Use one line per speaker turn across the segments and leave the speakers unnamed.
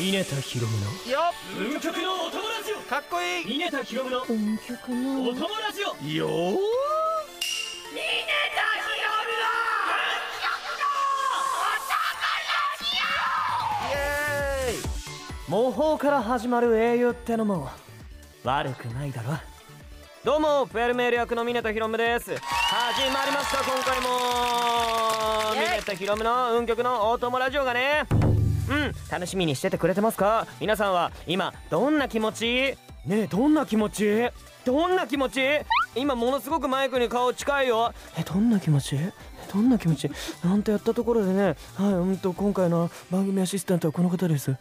稲田博夢の
よ
運極のお友達
かっこいい
よ稲田博夢の
運極の
お友達よ
よーイエーイ
模倣から始まる英雄ってのも悪くないだろどうもプエルメール役の峰田ひろむです始まりました今回も
イエイ
峰田ひろむの運極の大友ラジオがねうん楽しみにしててくれてますか皆さんは今どんな気持ちねえどんな気持ちどんな気持ち今ものすごくマイクに顔近いよえどんな気持ちえどんな気持ちなんてやったところでねはいうんと今回の番組アシスタントはこの方です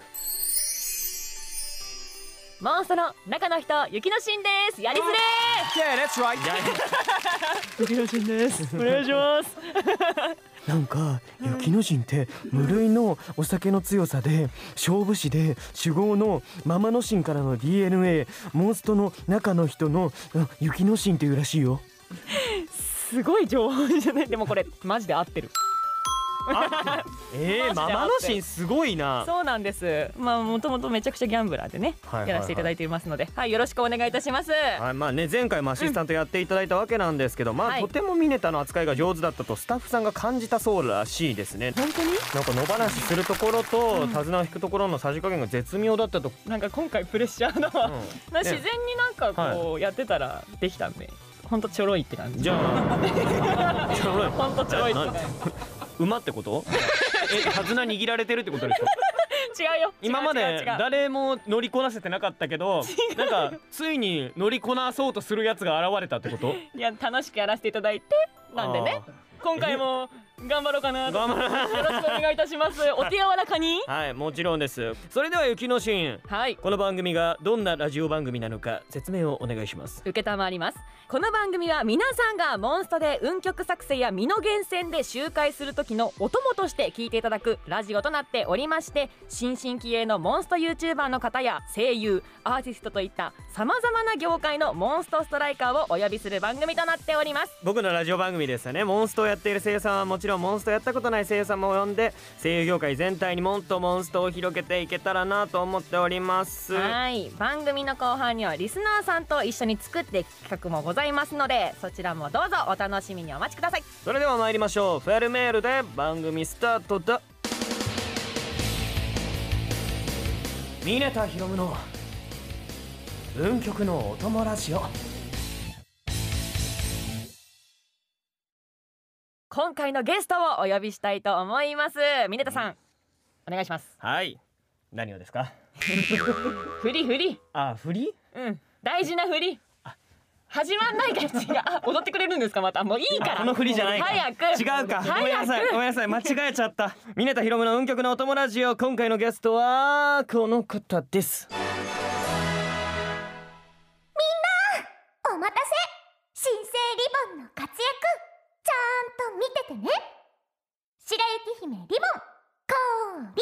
モンストの中の人雪のシンですやりづれ
Yeah, that's right.
雪の陣です。
お願いします
なんか雪の陣って無類のお酒の強さで勝負師で酒豪のママの神からの DNA モンストの中の人のうん雪の神っていうらしいよ。
すごい情報じゃないでもこれマジで合ってる
え
ーママの神
すごいな。
そうなんですまあもともとめちゃくちゃギャンブラーでね、
はいはいはい
やらせていただいていますのではいよろしくお願いいたします
はいまあね、前回もアシスタントやっていただいたわけなんですけど、まあ、
はい
とてもミネタの扱いが上手だったとスタッフさんが感じたそうらしいですね
本当に
なんか野放しするところと、手綱を引くところのさじ加減が絶妙だったと、
なんか今回プレッシャーな、
うん
な自然になんかこうやってたらできたんでほんとちょろいって感じ
じゃあ じゃあ俺
ほんとちょろいって感じ
え馬ってことえ手綱握られてるってことで しょ
違うよ
今ま
違う違う違
で
う
誰も乗りこなせてなかったけどなんかついに乗りこなそうとするやつが現れたってこと
いや楽しくやらせていただいて なんでね今回も頑張ろうかな
あー
と
頑張ら
よろしくお願いいたしますお手柔らかに
はいもちろんですそれでは雪のシーン
はい
この番組がどんなラジオ番組なのか説明をお願いします
承りますこの番組は皆さんがモンストで運極作成や身の源泉で周回する時のお供として聞いていただくラジオとなっておりまして新進気鋭のモンスト YouTuber の方や声優アーティストといったさまざまな業界のモンストストライカーをお呼びする番組となっております
僕のラジオ番組ですよねモンストをやっている声優さんはもちろんモンストをやったことない声優さんも呼んで声優業界全体にもっとモンストを広げていけたらなと思っております
はい番組の後半にはリスナーさんと一緒に作っていく企画もございますのでそちらもどうぞお楽しみにお待ちください
それでは参りましょうフェルメールで番組スタートだ峰田ひろむの運極のお供ラジオ
今回のゲストをお呼びしたいと思います峰田さんお願いします
はい何をですか
振り振り
あ振り
うん大事な振り始まんないから違う あ踊ってくれるんですかまたもういいから
あこの振りじゃないか
早く
違うか
早く
ごめんなさいごめんなさい間違えちゃった峰田ひろむの運極のお供ラジオ今回のゲストはこの方です
お待たせ新生リボンの活躍ちゃんと見ててね白雪姫リボン降臨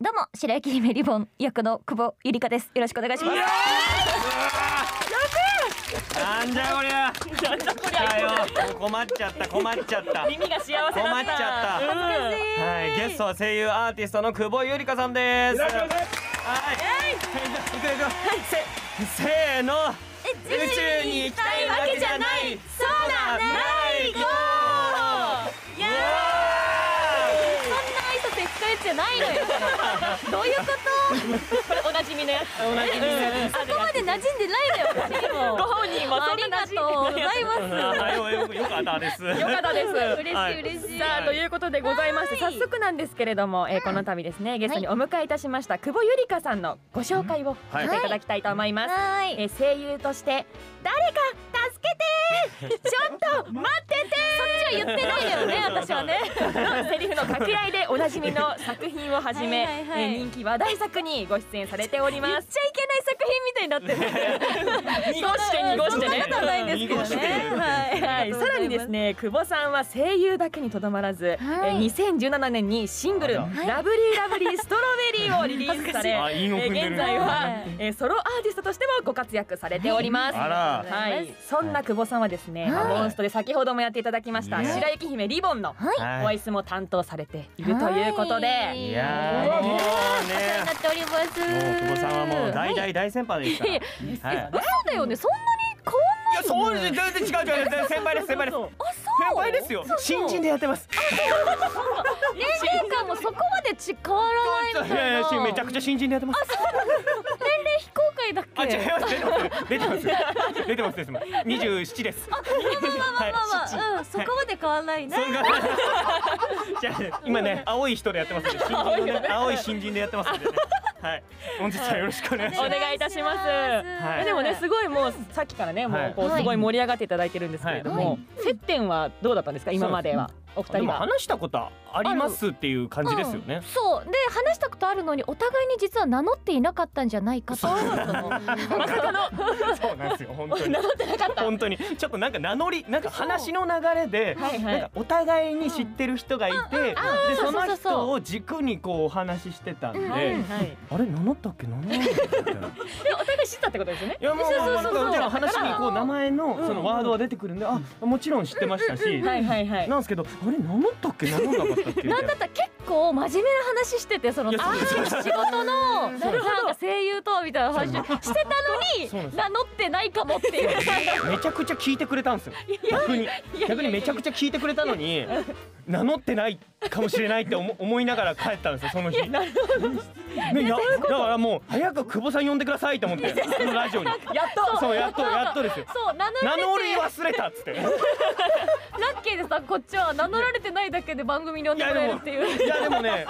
どうも白雪姫リボン役の久保ゆりかですよろしくお願いします
なんじゃこりゃ
なんだこり
だよ
ゃ
困っちゃった困っちゃった
耳が幸せだった
困っちゃった
うん
はい、ゲストは声優アーティストの久保ゆりかさんです。はい、はい、行くよ行くよせ、せーの。宇宙に行きたいわけじゃない。そうだ、ない。ゴー。や
そんな挨拶使うやつじゃないのよどういうことおなじみのやつおなじみのやつそこまで馴染んで ないのよご本人も
ありがとうございます
ーはい、よよかったです。よ
よか ったです
はい
嬉しい嬉しい、
さあということでございまして早速なんですけれども、えーこの度ですねゲストにお迎えいたしました久保ゆりかさんのご紹介を
はい
していただきたいと思います、
はーい
えー声優として誰か助 けてちょっと待っててそっちは言ってないよね私はね セリフの掛け合いでおなじみの作品をはじめ
はいはいはい
えー人気話題作にご出演されております言っちゃいけない作
みたいになってる
濁して濁してね
そんなことはないんですけど
濁して
ねはい
はい、さらにですね久保さんは声優だけにとどまらず、
はい
えー2017年にシングル「
あ
ら
ラブリーラブリーストロベリー」をリリースされ、
あ韻を踏んで
えー
る
現在
は、
はいえーソロアーティストとしてもご活躍されております。
あ
は
ら
い、
はい
そんな久保さんはですね、
はい
モンストで先ほどもやっていただきました、
ね
白雪姫リボンの
はい
ボイスも担当されているということで、
はい
いやーもう
に
ね
なっております
もう久保さんはもう大大大先輩ですからはい
嘘だよねそんなに変わ
いやそうです全然違う違う全然先輩です先輩です先輩ですよ新人でやってます
ん年齢感もそこまでち変わらないみ
いや
た
い
い
や
な
しめちゃくちゃ新人でやってます
年齢非公開だっ
あ、違い
け
ます。出てます。出てます。出てます。二十七です。はい
まあまあ、うん、そこまで変わらないね
そんな。じゃあ、今ね、青い人でやってますんで。新人のね、青い新人でやってますんでね。はい。本日はよろしくお願いし
お
ます。
願いいたします。
はい
でもねすごいもうさっきからねも
は
う
い
こうすごい盛り上がっていただいてるんですけれども、
は
接点はどうだったんですか今まではお二
で
人
も
は。
話したことありますっていう感じですよね
うん。そうで話したことあるのにお互いに実は名乗っていなかったんじゃないかと
まさかの。そうなんですよ。本 当に。本当に。ちょっとなんか名乗り、なんか話の流れで。
はいは
なんか
い。
お互いに知ってる人がいて、でそ
そうそ
の
うそう
人を軸にこうお話ししてたんで、
はいはい。
あれ名乗ったっけ名乗らなかったっけ な
でお互い知ったってことですよね
い。やもうもうもう
そうそう
も
そう
うでも話にこう名前の
うん
そのワードは出てくるんで、あもちろん知ってましたし、
はいはいはい。
なんですけどあれ名乗ったっけ名乗んなかったっけみた
ないんだったら結構真面目な話しててその
いやそうです
あー仕事のなんか声優とみたいな話して
そ
た
う
の
なんで
に
す
名乗ってないかもっていう
なめちゃくちゃ聞いてくれたんですよ逆に逆にめちゃくちゃ聞いてくれたのに 名乗ってないかもしれないって思思いながら帰ったんですよその日ねいやだからもう早く久保さん呼んでくださいと思ってこのラジオに
やっと。
そうやっとやっとですよ
そう名乗
名乗
られ
り
て
忘れたっ つって
ラッキーでさこっちは名乗られてないだけで番組に呼んでもらえるっていう
いやでもね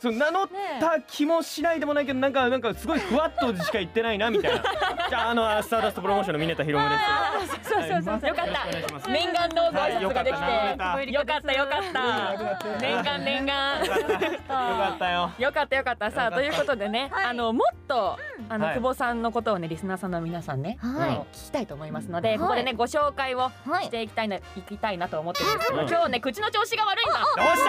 そう名乗った気もしないでもないけどなんかなんかすごいふわっとしか言ってないなみたいなじゃああのスターダストプロモーションの峰田ひろむ
あーそうそうそうそう。よかっ
ですよろしくお願いします
た。念願のご挨拶ができ
はいよかった
て。よかったよかった。念願念願。
よかったよ
よかったよかったさ
よかった
あということでね、あのもっと、あの
はい
久保さんのことをねリスナーさんの皆さんね、
はい
あの聞きたいと思いますので、
はい
ここでねご紹介を
はい
していきたいな、い、きたいなと思ってるんですけど、
うん
今日ね口の調子が悪いんだ
どうし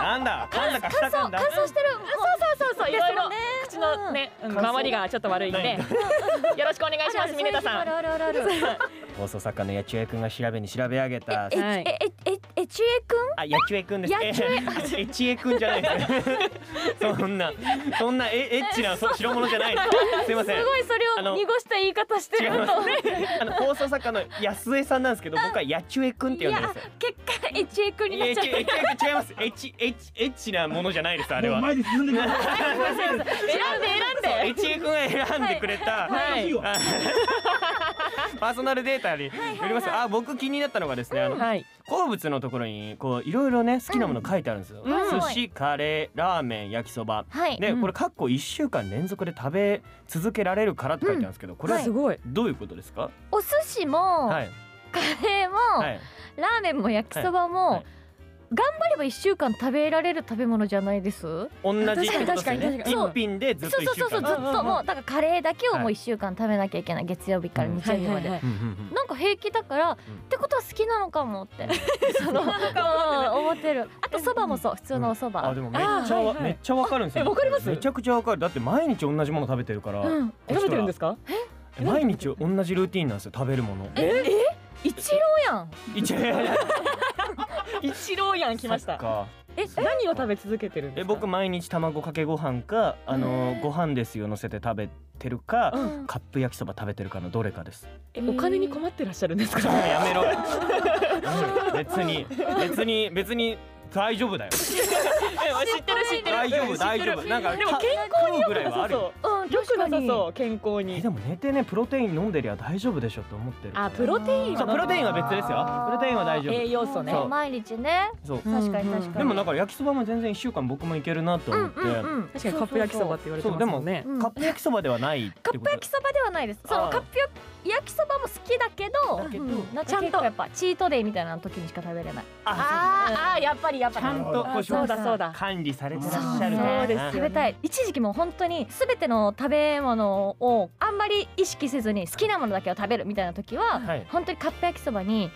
たなんだ噛んだかしたかんだ
乾燥してる
そうそうそういろいろ口のね、うん
乾燥
周りがちょっと悪いんで
ないんだ
よろしくお願いします峰田さ
あ
ん
るあるあるある
放送作家の八千代くんが調べに調べ上げた
え
はい
ええええちえくん
あ八千代くんです
八千
え千代くんじゃないですねそんなそんなえエッチなそ白物じゃないですすいません
すごいそ
あ
れ
の
を濁した言い方して
違い
る
ま
と
すあの放送作家の安江さんなんですけど僕は八千代くんって呼んでるんですよ
結果えちえくんになっ
え
ちゃ
ち
っ
えち違います。えちえちえちなものじゃないです。あれは。
前に進んでください。
選んで選ん
え
で
ちえ君が選んでくれた。
はい
いよ
あ パーソナルデータによりますとあ僕気になったのがですね、あの
はい
好物のところにこういろいろね好きなもの書いてあるんですよ、
うん
寿司カレーラーメン焼きそば
はい
で、
うん
これかっこ1週間連続で食べ続けられるからって書いてあるんですけど、これは
すごい
どういうことですか、
お寿司も、
はい
カレーも、
はい、
ラーメンも焼きそばも、
はいはい
頑張れば一週間食べられる食べ物じゃないですそう
同じってことですよ
確かに確
ね
かに
一品でずっと
そう
1週
そうそうず
間
っ
うんうんう
と
ん
もうだからカレーだけをも
は
う
い
一週間食べなきゃいけない月曜日から日曜日まで、
うんうんうん
なんか平気だからってことは好きなのかもってそのうん思ってるあとそばもそう普通のおそば、
あでもめっちゃ
あーは
わ
いはい
めっちゃわかるんですよ。
えわかります
めちゃくちゃわかる。だって毎日同じもの食べてるから。
うん
食べてるんです
か。
か
毎日同じルーティンなんですよ食べるもの。え？
一郎やん
一
一郎やん来まし
そったか
え何を食べ続けてるんですか
え僕毎日卵かけご飯かあのご飯ですよ乗せて食べてるか
うん
カップ焼きそば食べてるかのどれか です。
えお金に困ってらっしゃるんですか
やめろ。別に別に別に大丈夫だよ。
知ってる知ってる
大丈夫大丈夫。なんか
でも
た
健康に良
食うぐら
く
い
な
は
さ
あるよ
そ
うん
う良く
確か
なさ
に
そう健康
え
に
でも寝てねプロテイン飲んでりゃ大丈夫でしょって思ってる。
あプロテイン
そう
は
プロテインは別ですよ。プロテインは大丈夫。
栄養素ね
そう
毎日ね
そう。
確かに確かに
でもだから焼きそばも全然一週間僕もいけるなと思って、
うん
確かにカップ焼きそばって言われてますよね
カップ焼きそばではないって
カッ
こと
プ焼きそばではないですその
あー
カップ焼
焼きそばも好きだけど
だけど
うんなん
ちゃんと
か結構やっぱチートデイみたいな時にしか食べれない
あーあーやっぱりやっぱり
ちゃんとこう
そうだそうだ
管理されてらっし
そう
ゃる
そうで
ね
すよね
食べたい一時期もう本当に全ての食べ物をあんまり意識せずに好きなものだけを食べるみたいな時は、
はい
本当にカップ焼きそばに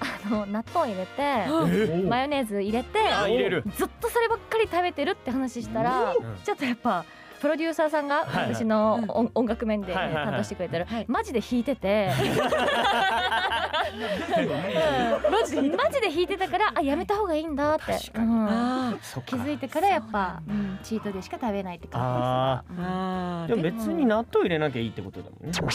あの納豆入れて
え
マヨネーズ入れて
あ入れる
ずっとそればっかり食べてるって話したら、
ん
ちょっとやっぱプロデューサーさん
は
が
いはい
私の音音楽面でね、
はいはいはい
担当してくれてる、マジで弾いて て、
マジで
マジで弾いてたからあやめた方がいいんだって、
確かに
うん
あ
そっ
気
か
づいてからやっぱ、うんチートでしか食べないって感
あ
ーあ
ーで
ー
も別に納豆入れなきゃいいってことだもんね納豆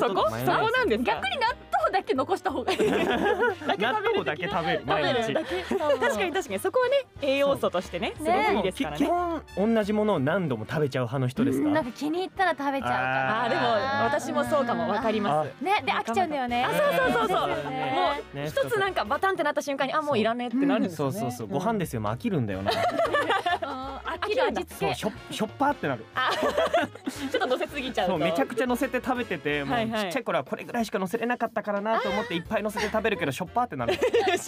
そこそこなんですか
逆に納豆だけ残した方がいい
納豆だけ食べる毎日
確かに確かにそこはね栄養素としてねすごくいいです
き
から
基
ね
本同じものを何度も食べちゃう派の人ですか
なんか気に入ったら食べちゃうから
あーでも私もそうかもわかります
ねで飽きちゃうんだよね
あそうそうそうそう
ですよね
もう
ね
一つなんかバタンってなった瞬間にあもういらねえってなるんです
そ
よ
う
ね
そうそうご飯ですよもう飽きるんだよ な
うん飽きる味付
そう
け
しょしょっぱって なる
ちょっと乗せすぎちゃう
そ
と
うめちゃくちゃ乗せて食べてても
は
う
い
ち
はい
っちゃい頃はこれぐらいしか乗せれなかったからなと思っていっぱい乗せて食べるけどしょっぱってなる
し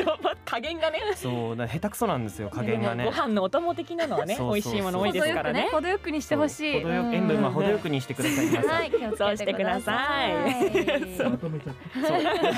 ょっぱ 加減がね
そうだから下手くそなんですよ加減がね
ご飯のお供的なの はね
そう
美
そうそ
味
う
しいもの多いですからね
程よくにしてほしい
程よ
う
く
ん
塩分は程よくにしてください皆さん
はい気をつけてくださ
そう
い
まとめちゃった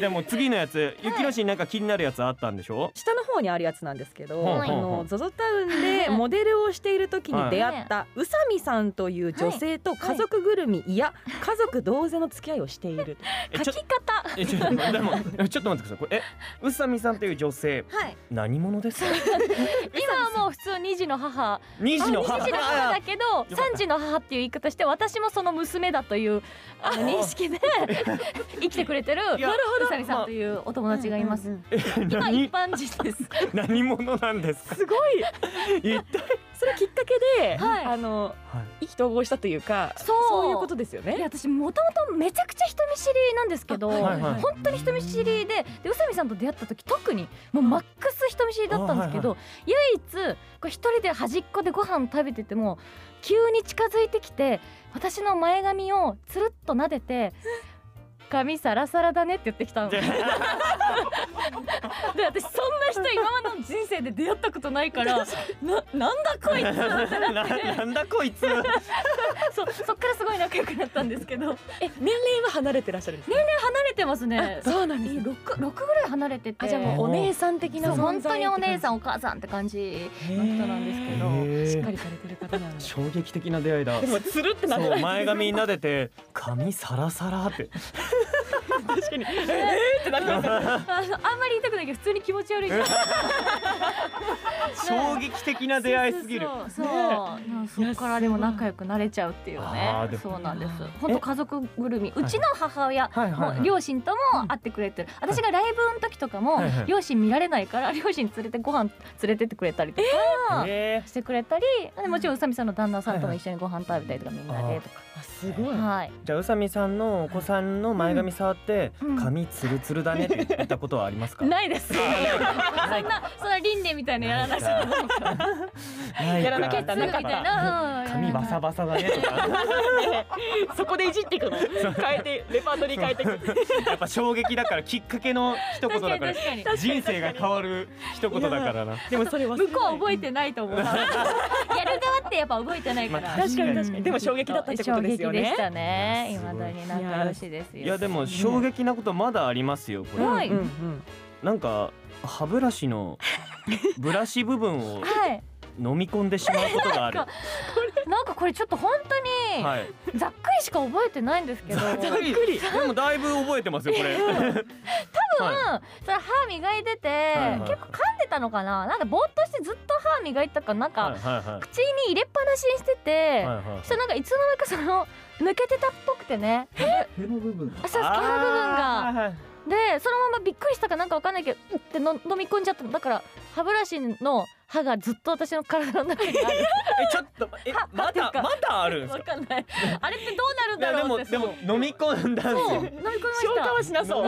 でも次のやつ雪の市になんか気になるやつあったんでしょ
下の方にあるやつなんですけ
ほ
ど、
うほう
あ
ほう
の ZOZO タウンでモデルをしている時に出会った宇佐美さんという女性と家族ぐるみいや家族同然の付き合いをしている
えち
書
ょっと
き方
えちょっとでもえちょっと待ってくださいこれえ宇佐美さんという女性
はい
何者ですか
今はもう普通二児の母
二児の
あ
母
二児の母だけ
た
ど三児の母っていう言い方して私もその娘だというあの認識で 生きてくれてる
いや
うさみさんというお友達がいます、今一
何
般人です
何者なんですか
すごい
一体
それきっかけで、
はい
あの
はい
意気投合したというか
そう
いうことですよ
いや
ね。
私もともとめちゃくちゃ人見知りなんですけど、
はいはいはい
本当に人見知りでで宇佐美さんと出会った時特にもうマックス人見知りだったんですけど、唯一こう一人で端っこでご飯食べてても急に近づいてきて私の前髪をつるっと撫 でて「髪サラサラだね」って言ってきたの。で私そんな人今までの人生で出会ったことないから ななんだこいつ
ななんだこいつ
そうそっからすごい仲良くなったんですけど
え年齢は離れてらっしゃるんですか。
離れてますね
そうなん
え。六六ぐらい離れてて、
あじゃあもうお姉さん的な
そう本
存在
当にお姉さ
ん。
んお母さんって感じ
へ
の人なんですけど、
ー
しっかりされてる方なので。
衝撃的な出会いだ
でもつるってなって
そ
な
う
い。
前髪撫でて髪サラサラ って
確かに。えーってなりますよね。
あのあんまり言いたくないけど普通に気持ち悪い。
衝撃的な出会いすぎる
そうそうそうなんかそっからでも仲良くなれちゃうっていう
あーで
ね
も
そうなんです本当家族ぐるみうちの母親
はいはい
も
は
う
い
両親とも会ってくれてる私がライブの時とかも
はいはい
両親見られないから 両親連れてご飯連れてってくれたりとか
え
してくれたりもちろん宇佐美さんの旦那さんとも一緒にご飯食べたりとかみんなでとか
あすごい。
はい
ーじゃあ宇佐美さんのお子さんの前髪触って
うん
髪ツルツルだねって言ったことはありますか
ないです。 そんな、そんな輪廻みたいなやらない。
ない
やらなきゃ
か
いけ
す
な
ぐ
い
みたいな。うん
髪バサ。バサだねと か
そこでいじっていくの。変えてレパートリー変えていく。
やっぱ衝撃だからきっかけの一言
確か
だ
に
から
確かに。
人生が変わる一言だからな
でもそれは
向こうは覚えてない と思う。やる側ってやっぱ覚えてないか
まあ
ら。
確かに確かに。でも衝撃だったってことですよ
衝撃で
ね
し。たね。
いやす
未
ごい
だに仲良しですよ。
いやでも衝撃なことまだありますよこれ、
はい
うんうん
なんか歯ブラシのブラシ部分を
はい。
飲み込んでしまうことがある
なんなんかこれちょっと本当に
はい
ざっくりしか覚えてないんですけど。
ざっくりでもだいぶ覚えてますよこれ 多
うん、それ歯磨いてて
はいはい
結構噛んでたのかななんかぼーっとしてずっと歯磨いてたからな
は
ん
い
か
はいは
口に入れっぱなしにしてて、
いはいはい
そしたらなんかいつの間にかその抜けてたっぽくてね
手の部分
あそう毛の部分がでそのままびっくりしたかなんかわかんないけどうっての飲み込んじゃったのだから歯ブラシの歯がずっと私の体の中に ある
えちょっとえまだまだあるんです
わ
か
かんないあれってどうなるんだ
で
ろう
も
って
でも飲み込んだん
そ
で
うそう
すよ
飲み込みまし
消化はしなそう。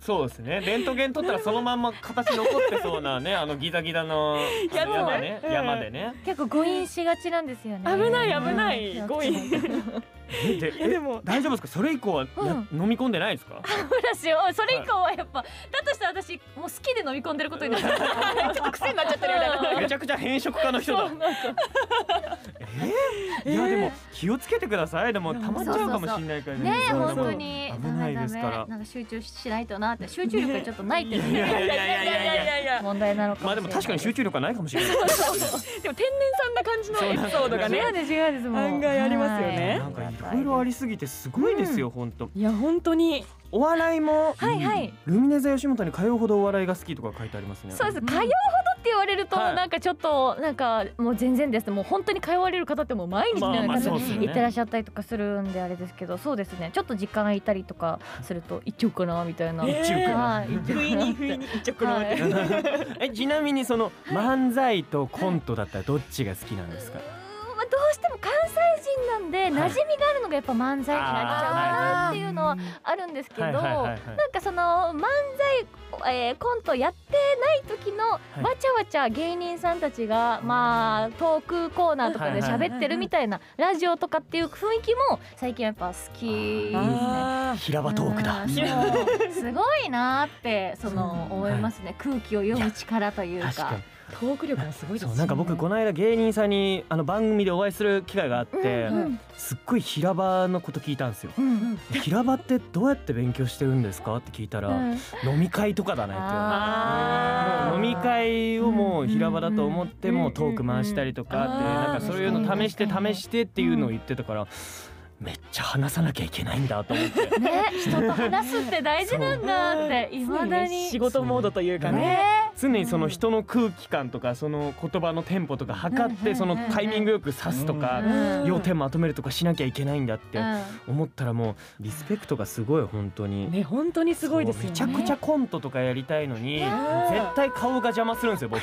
そうですねレントゲン撮ったらそのまんま形残ってそうなねあのギザギザの
やつね
山ね
うん
山でね
た結構誤飲しがちなんですよね
危ない危ない
うん
誤飲
気をつけないと
えでえ
でも
大丈夫ですかそれ以降はや、飲み込んでないですか
私をそれ以降はやっぱだとしたら私もう好きで飲み込んでること になるちょっと癖になっちゃってるみたいな
めちゃくちゃ変色家の人だえー、いやでも気をつけてくださいでもたまっちゃうかもしれないから
ねえ
そう
本
そう
当に
危ないですから
なんか集中しないとなって集中力がちょっとないっていう
いやい やいやいやいやいや
いや
問題なのかも
まあ
しれない
でも確かに集中力はないかもしれない
でも天然さんな感じのエピソードがね
違うです違うですもう
案外ありますよね
はい
なんかいろいろありすぎてすごいですよ、本当
いや本当に
お笑いも、
はいはい
ルミネ座吉本に通うほどお笑いが好きとか書いてありますね
そうです通うほどって言われると
はい
なんかちょっとなんかもう全然ですもう本当に通われる方ってもう毎日のよう
まあ
な
まあ
感じ
そうですよ
で
ね
行ってらっしゃったりとかするんであれですけどそうですねちょっと時間空いたりとかすると行っちゃおうかなみたいな
えー一応
はい行っちゃお
不
うか
意
な
に
って
不意に一直の
は い
えちなみにその漫才とコントだったらどっちが好きなんですか、
うーんまあどうしても関西人なんで
はい
馴染みがあるのがやっぱ漫才になっちゃうかなっていうのはあるんですけど
はいはいはいはい
なんかその漫才、えーコントやってない時の
い
わちゃわちゃ芸人さんたちが、まあトークコーナーとかで喋ってるみたいなラジオとかっていう雰囲気も最近やっぱ好きですね。
あ
平場トークだ
うんそうすごいなってその思いますね空気を読む力というか
確かに
ートーク力がすごいです
そ
ね
うなんか僕この間芸人さんにあの番組でお会いする機会があって、
うんうん
すっごい平場のこと聞いたんですよ
うん
平場ってどうやって勉強してるんですかって聞いた
う
ら、
ん
飲み会とかだねって言われて
あー
もう飲み会をもう平場だと思って
うん
もうトーク回したりとかって
うん
なんかそういうの試して
確かに
試してっていうのを言ってたからめっちゃ話さなきゃいけないんだと思って
ね、人と話すって大事なんだっていまだに。
仕事モードというかね
ね、
常にその人の空気感とかその言葉のテンポとか測っ
う
て
ん
そのタイミングよく指すと
う
か
ん
要点まとめるとかしなきゃいけないんだって
うん
思ったらもうリスペクトがすごい本当に。
ね本当にすごいですよね
そうめちゃくちゃコントとかやりたいのに
い
絶
やー
対顔が邪魔するんですよ僕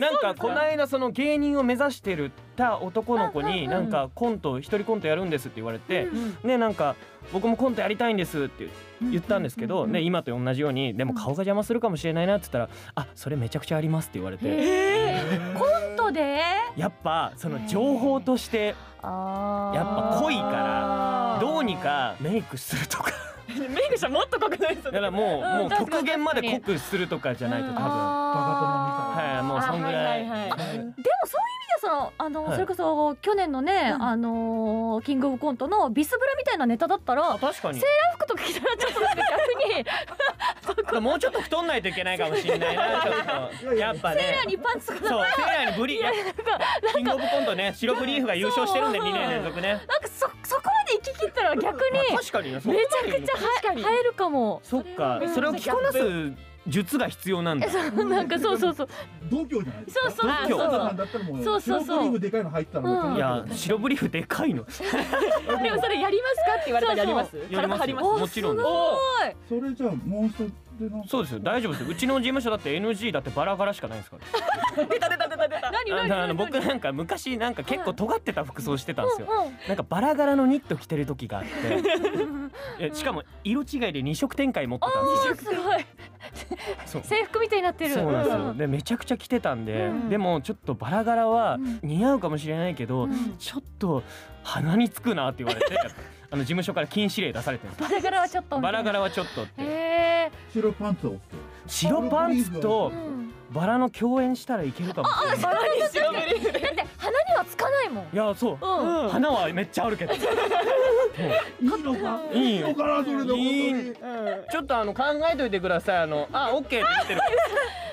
なんかこの間その芸人を目指してるた男の子になんかコント一人コントやるんですって言われて、ねなんか僕もコントやりたいんですって言ったんですけど、ね今と同じようにでも顔が邪魔するかもしれないなって言ったらあそれめちゃくちゃありますって言われて
えーコントで
やっぱその情報としてや
や
っぱ濃い
から
どうにかメイクするとか
メイクしたらもっと濃くないです
だからもう
うん
もう
確かに
極限まで
確
濃
か
くするとかじゃないと多分。
あー
はい、もうそんぐらい。
あはいはいはい
でもそういう意味ではそのあの、
はい
それこそ去年のね、あのーキングオブコントのビスブラみたいなネタだったら
あ確かに
セ。ーラー服とか着たらちょっとなんか逆に
もうちょっと太んないといけないかもしれないな、 ちょっと。やっぱ
セーラ
ね。
ーにパンツとか
そう、セーラーにブリ、いやキングオブコントね、白ブリーフが優勝してるんで、
そう
2年連続ね。
なんかそそこまで行き切ったら逆
ま
に
あ確かにね。そこ
め
まで
ちゃくちゃは映えるかも。
そっか、それを着こなす術が必要なんだ。
そうなんかそうそうそう。
同居じゃないですか
そうそう
あそうそう
同居なんだったらもう
そうそうそう
白トリームでかいの入ったらもう
うん
いや、白ブリーフでかいの。
でもそれやりますかって言われたらやります
やり
体
ま
張
す
り
よ
ます
もちろんです。
それじゃあモンストでの
そうですよ、大丈夫ですよ。うちの事務所だって NG だってバラバラしかないんですから。
出た出た出た出た
何
あ
何
のあの
何
僕なんか昔なんか結構尖ってた服装してたんですよ。
うんうん
なんかバラ柄のニット着てる時があって、えしかも色違いで二色展開持ってたんですよ
すごい。
そう。
制服みたいになってる。
そうなんですよ。
ん
でめちゃくちゃ着てたんで、
うん
でもちょっとバラ柄は
うん
似合うかもしれないけど、
うん
ちょっと鼻につくなって言わ れて、あの事務所から禁止令出されてるんです。
バラ柄はちょっと。
バラ柄はちょっとって。
へえ。
白パンツを
白パンツ
う
と
ん
バラの共演したらいけるかもしれない。
何に白ブリーフ
だって鼻にはつかないもん。
いやそう。
うん。
花はめっちゃあるけ ど。
いいのか
いいよ
のかなそれで本当
いい
に
ちょっとあの考えといてください。あのあオッケーって言 って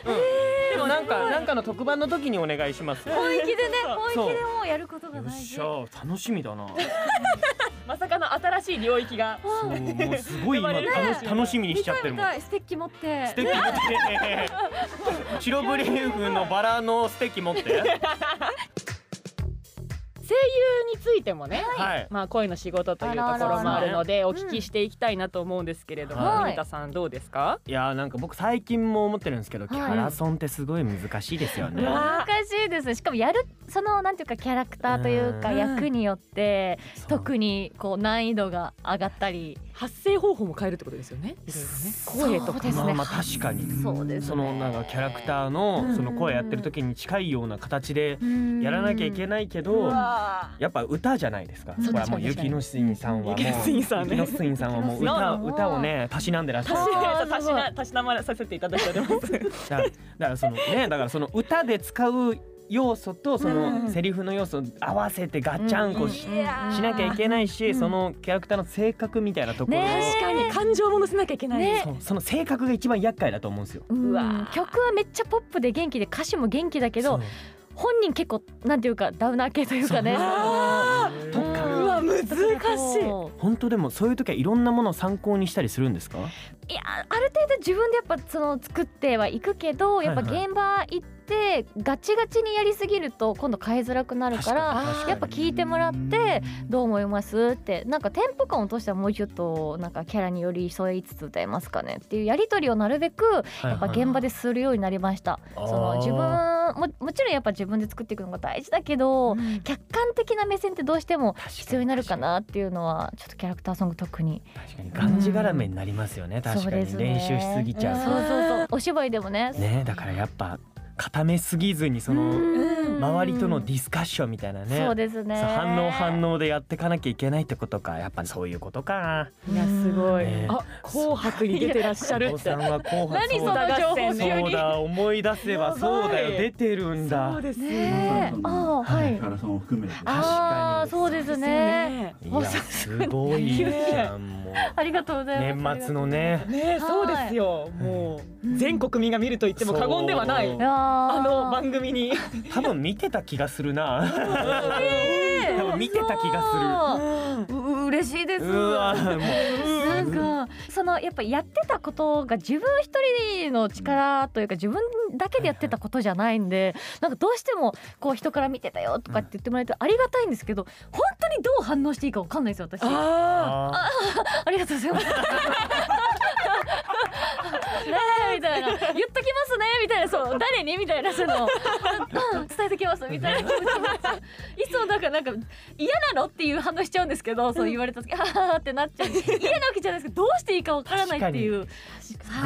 る。うん。でもなんかなんかの特番の時にお願いします。
本気でね、本
そう
気でもうやることが
よっ
大事。
しゃ楽しみだな。
まさかの新しい領域が
そうもうすごい今
ね
楽し楽しみにし
見
ちゃったて
い
る
見
もん。
たい、ステッキ持って。
ステッキ持って。白ブリーフのバラのステッキ持って。
声優についてもね、
はい
まあ声の仕事というとこ
あらあ
ろ
ら
も
あ
あ
ら
るのでお聞きしていきたいなと思うんですけれども、
はい
森田さんどうですか？
いやーなんか僕最近も思ってるんですけど、
は
キ
い
ャラソンってすごい難しいですよね。
わ
難しいですね。しかもやるそのなんていうかキャラクターというか
うん
役によって特
に
にこう難易度が上がったり
発声方法も変えるってことですよねいろいろね
声とそうかです
まあ
ね
まあ確かに
そうですね
そのなんかキャラクター
う
の
ん
その声やってる時に近いような形で
ー
やらなきゃいけ
い
ないけ
う
ど
わ
やっぱ歌じゃないですか
そ
こ
う
れはもう
確か
雪
に
のスインさんはもう
雪のスインさんね
雪のスインさんはもう
雪のスインさ
歌
んは
歌をねたしなんでらっし
ー
ゃる
たしたし
あー
なたしなまれさせていただいております
だからだからそのねだからその歌で使う要素とそのセリフの要素を合わせてガチャンコし,、
いやー
しなきゃいけないし、
うん
そのキャラクターの性格みたいなところを、
ね
確かに感情も乗せなきゃいけない
ね
そうその性格が一番厄介だと思うんですよ。
う
うわ
わ
ー
曲はめっちゃポップで元気で歌詞も元気だけ
そう
ど本人結構なんていうかダウナー系というかね
あー
とか
うわ難しい
そう
本当でもそういう時はいろんなものを参考にしたりするんですか
いやある程度自分でやっぱその作ってはいくけどやっぱ
はいはい
現場行ってガチガチにやりすぎると今度変えづらくなるか
確
ら
かに確かに
やっぱ聞いてもらってどう思いますってなんかテンポ感を落としてはもうちょっとなんかキャラに寄り添いつつ歌いますかねっていうやり取りをなるべくやっぱ現場でするようになりました。
そ
その自分ももちろんやっぱ自分で作っていくのが大事だけど客観的な目線ってどうしても必要になるかなっていうのはちょっとキャラクターソング特に
確かにがんじがらめになりますよね、確
そう
か
です
に
ね
練習しすぎちゃう
そうそうそうお芝居でもね
とねだからやっぱ固めすぎずにその
うん
周りとのディスカッションみたいなね
そうですね
そう反応反応でやっていかなきゃいけないってことかやっぱそういうことか
いやすごい
ね
あ紅白に出てらっしゃる
お
っ
子
て
さんは後半
何
そ
そうの
だ
情
そうだ
報急
そう
に
だ思い出せばそうだよ
やばい
出てるん
そう
だ
です
ねえああ
は
はいい
キャラさんを含めて
あ
ああーそうですね
いやすごいじゃんもう
ありがとうございます
年末のね
ねえそうですよもう全国民が見ると言っても過言ではな
そ
いう
いや
あ
あ
の番組に
多分見てた気がするな 多分見てた気が
がするう嬉しいです
するうわもう
なんかそのやっぱやってたことが自分一人の力というか自分だけでやってたことじゃないんでなんかどうしてもこう人から見てたよとかって言ってもらえるとありがたいんですけど本当にどう反応していいかわかんないですよ私あ
あ
あ
りがとうございますねえみたいな言っときますねみたいなそう誰にみたいなそういうのを うん伝えときますみたいな気持ちになっちゃういつもなんかなんか嫌なのっていう反応しちゃうんですけどそう言われた時ああってなっちゃう嫌なわけじゃないですけどどうしていいかわからないっていう
ー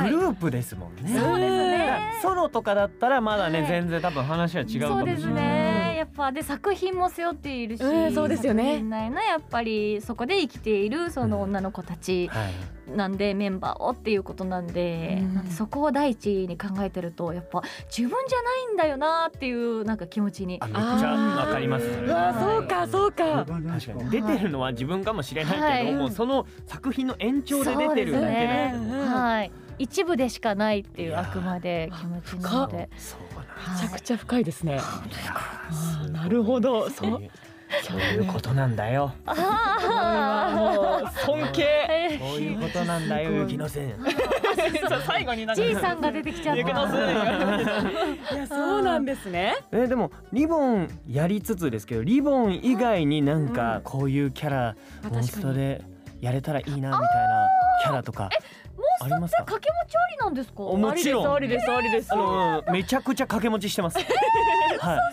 はい
グループですもんね
そうです
だか
ね。
らソロとかだったらまだね、
はい
全然多分話は違うかも
そ
し
う
れない
ですね。やっぱで作品も背負っているし、
うんそうですよね
作品内のやっぱりそこで生きているその女の子たち
はい、
なんでメンバーをっていうことなんで、
うん
なんでそこを第一に考えてるとやっぱ自分じゃないんだよなっていうなんか気持ちに
あ。めっちゃわかります
うわそうかそう
確
か
かに
で
出てるのは自分かもしれないけど、
はい
もうその作品の延長で出てるだけなんで
そうですね
はい。一部でしかないっていうあくまで気持ちなので。
そうなん
めちゃ
は
く
い
ちゃ深いですね
だ
なるほどそ
そう
う
いうそういうことなんだよ
もう尊敬
え
そういうことなんだよ
すごい
雪のせん
そう最後になんか
じいさんが出てきちゃっ
行くのす
た。
ぐいやそうなんですね
えでもリボンやりつつですけどリボン以外になんかこういうキャラ、
うん
モンストでやれたらいいなみたいなキャラとかありますか
掛け持ちありなんですか。
おもちろん
ありですありです
あ
ありです
のめちゃくちゃ掛け持ちして ます、はい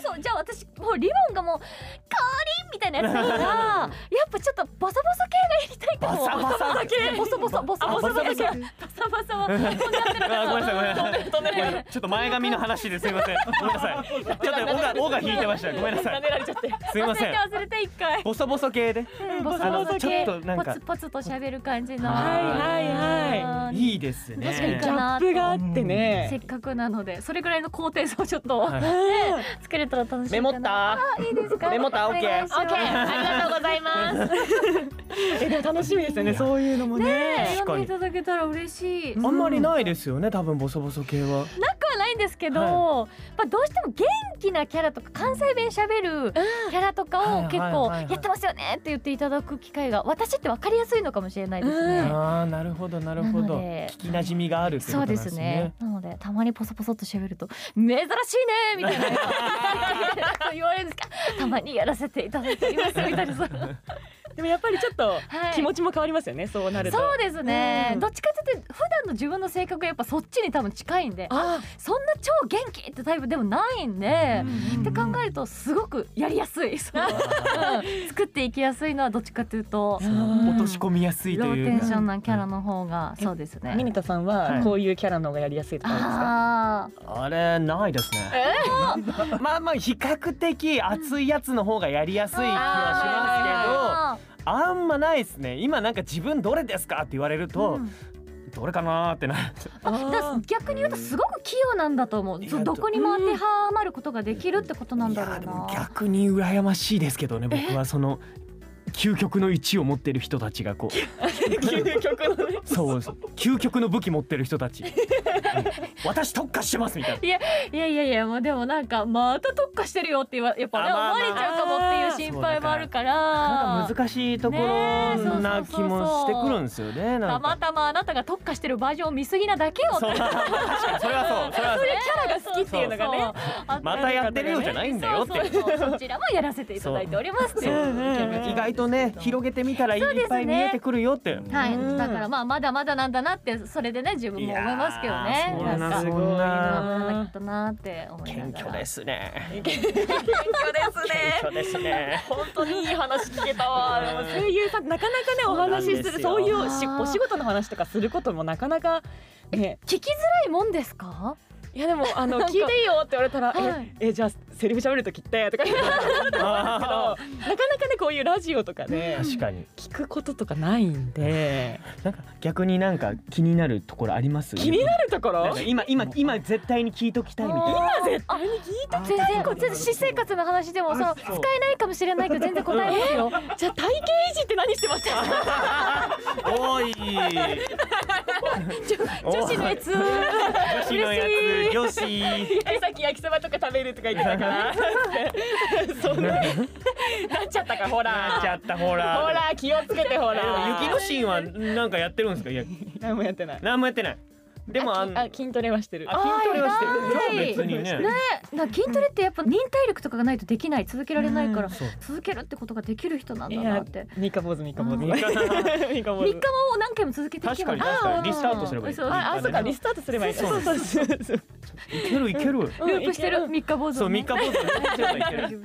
そうじゃあ私もうリボンがもう「カーリン!」みたいなやつだからやっぱちょっとボサボサ系がやりたいと思う
バサバサ系
ボサボサボサボサボサボサ系ボサボサは飛んじゃってる
あごめんなさいごめんなさい
飛んでる
ごめんなさいちょっと前髪の話ですいませんごめんなさいちょっと尾が尾が引いてましたごめんなさ
舐
い
められちゃって
すいません
忘れて忘れて一回
ボソボソ系で
うんボサボサ
あの
系
ちょっとなんか
ポツポツと喋る感じの
はい
はい
はい
いいですね
確かに
ギャップがあって
せ
ね
っかくなのでそれぐらいの高低差をちょっと
はい
作れたら楽しいかな
メモった
あいいですか
メモった
お願いします
オッケーオッケ
ありがとうございます
えでも楽しみですよねそういうのもね
読んでいただけたら嬉しい
あんまりないですよね多分ボソボソ系は
はないんですけど、
はい
まあ、どうしても元気なキャラとか関西弁しゃべるキャラとか
はい
を結構
はいはいはい
やってますよねって言っていただく機会が私って分かりやすいのかもしれないです
うん
ね。
ああなるほどなるほ
な
ど
ので
聞き馴染みがあるってこ
そ
と
う
なん
で
ですす
ね
ね
なのでたまにポソポソっと喋ると「珍しいね」み たいなそう言われるんですかたまにやらせていただいておりますみたいなそう
ででもやっぱりちょっと
はい
気持ちも変わりますよね、そうなると。
そうですね、
うん
どっちかというと普段の自分の性格がやっぱそっちに多分近いんで
あ
そんな超元気ってタイプでもないんで、って考えるとすごくやりやすいそのうん作っていきやすいのはどっちかというと
あ、
ん
落とし込みやすい
ロ
と
ー
い
テ
う
ンシ
か
ョンなキャラの方がそうですね。
ミニタさん
は
はいこういうキャラの方がやりやすいとかありますか。
あー
あれないですねまあまあ比較的熱いやつの方がやりやすい気はし
あ
ますけどあんまないですね今なんか自分どれですかって言われると、
うん
どれかなーってなる
ーだから逆に言うとすごく器用なんだと思う
いや
そうどこにも当てはまることができるってことなんだろ
い
う
やでも
な。
逆に羨ましいですけどね僕はその究極の1を持ってる人たちがこう
究極のね。
そうです究極の武器持ってる人た ちうん私特化してますみたいない
やいやいやもうでもなんかまた特化してるよって言わやっぱね
あまあま
思
あ
われちゃうかもっていう心配もあるから
なんか難しいとこ
ねえそうそうそ
ろ
う
な気もしてくるんですよね。な
た
んか
またまあなたが特化してるバージョンを見すぎなだけよって
そう 確かにそれはそうそれはそう
キャラが好きっていうのがね。
そう
またやってるよじゃないんだよって
そうそうそうそちらもやらせていただいておりますっていう
そう意外とね広げてみたらい
そう
っ
ですね
ぱい見えてくるよって。
はい、だからまあまだまだなんだなってそれでね自分も思いますけどね
いやー
なん
そ
か
う
ま
なんだ
だまだきっとなって思いな
謙
がら
虚ですね。
です
謙
ね。
虚ですね。
本当にいい話聞けたわ。でも声優さんなかなかねお話し
そうなんで
する
すよ
そういう
あ
し
ー
お仕事の話とかすることもなかなかね。
聞きづらいもんですか
いやでもあの
なんか
聞いていいよって言われたら
はい
ええじゃあセリフ喋るときってとか言われたんです けどなか
あ
なかねこういうラジオとか
ー
で
確かに。
聞くこととかないんで
なんか逆になんか気になるところあります。
気になるところ
なんか今今今絶対に聞いときたいみたいな。
今絶対に聞いた
全然こう全然私生活の話でもその使えないかもしれないけど全然答えます よ
じゃあ体型維持って何して ますか
おい。
女子のやつ
女子のやつ女子。
えさっき焼きそばとか食べるとか言ってたから そんななっちゃったかほ
なっちゃ
ら
ったほら。
ほら気をつけて
で
ほ
も
ら
雪のシーンはなんかやってるんですか。いや
何もやってない
何もやってない。でもあ
あ
の
きあ筋トレはしてる
あ筋トレはしてる
あー偉い
じゃあ別にね
ねなんか筋トレってやっぱ忍耐力とかがないとできない続けられないから
そう
続けるってことができる人なん
い
だな
や
って
三日坊主三日坊主三
うん
日坊
三日
主
も何回も続けていけば
確かに確かにリスタートすればいい
そう
ああそうかリスタートすればいい
そう
そうそうそう
いけるいける
ループしてる三日坊主
そう
を
三
ね
日坊主ちょっといける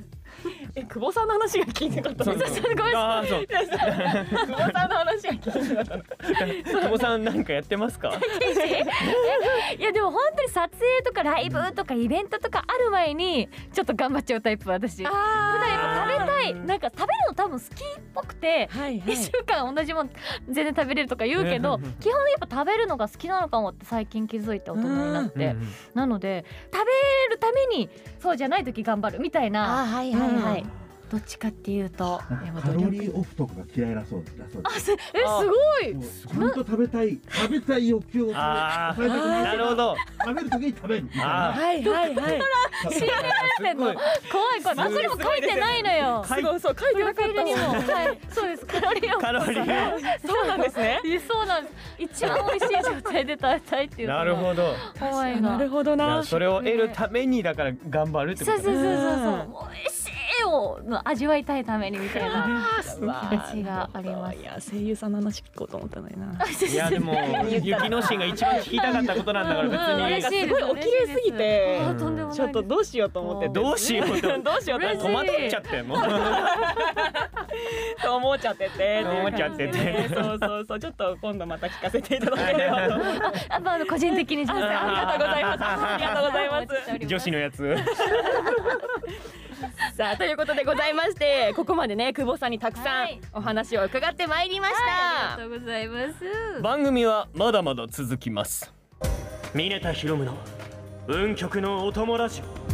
え久保さんの話が聞いてかった
そ
久
う
保
そう
さんごめんなさ
ああそう
い久保さんの話が聞いてなかっ
久保さんなんかやってますか
いやでも本当に撮影とかライブとかイベントとかある前にちょっと頑張っちゃうタイプ私
た
普段やっぱ食べたいなんか食べるの多分好きっぽくて
はいは
1週間同じもん全然食べれるとか言うけど
うんうんうん
基本やっぱ食べるのが好きなのかもって最近気づいて大人になっ
うんう
て
ん
なので食べるためにそうじゃない時頑張るみたいな
はい
はいはい
い
どっちかっていうと
なんかカロリーオフとかが嫌いだそうだそう
あすえす
あ
ごい
です。ちゃんと食べたい食べたい欲求を抑
あ
え抑えたく
あ
ない
なるほど
食べる時に食べるみたい
あ
な。
はいはいはい
食べる
すごい
怖い怖いあそれも書いてないのよ
すごいそう書い
プ
て
ロ
な
フ
かっ
ィール
た
に
もん
も、はい、そうです、カロリーを。
カロリー
そうなんですね
いやそうなんです。一番美味しい状態で食べたいっていうのが。
なるほど
怖い
な
な。
るほど
だから
な
それを得るためにだから頑張るってこ
そう
と
そうそうそう
う
そう、美味しいを、の味わいたいためにみたいな。
私
私があります
いや声優さんの話聞こうと思ったのにな。
いやでも雪のシーンが一番聞きたかったことなんだから別
うんうん
に
嬉しい
すごいお綺麗すぎて
あーとんでもな い
ちょっとどうしようと思ってて
どうしようと
どうしよう
嬉しい
戸惑っちゃってもう
と思っちゃってて
思っちゃってて
そうそうそうちょっと今度また聞かせていただければと思います
あ、まあ、あの個人的にじゃ
ありがとうございますありがとうございま す
女子のやつ
さあということでございましてここまでね久保さんにたくさ
は
ん
い
お話を伺ってまいりまし
あ
た
りがとうございます。
番組はまだまだ続きます峰田博文の運極のお供ラジオ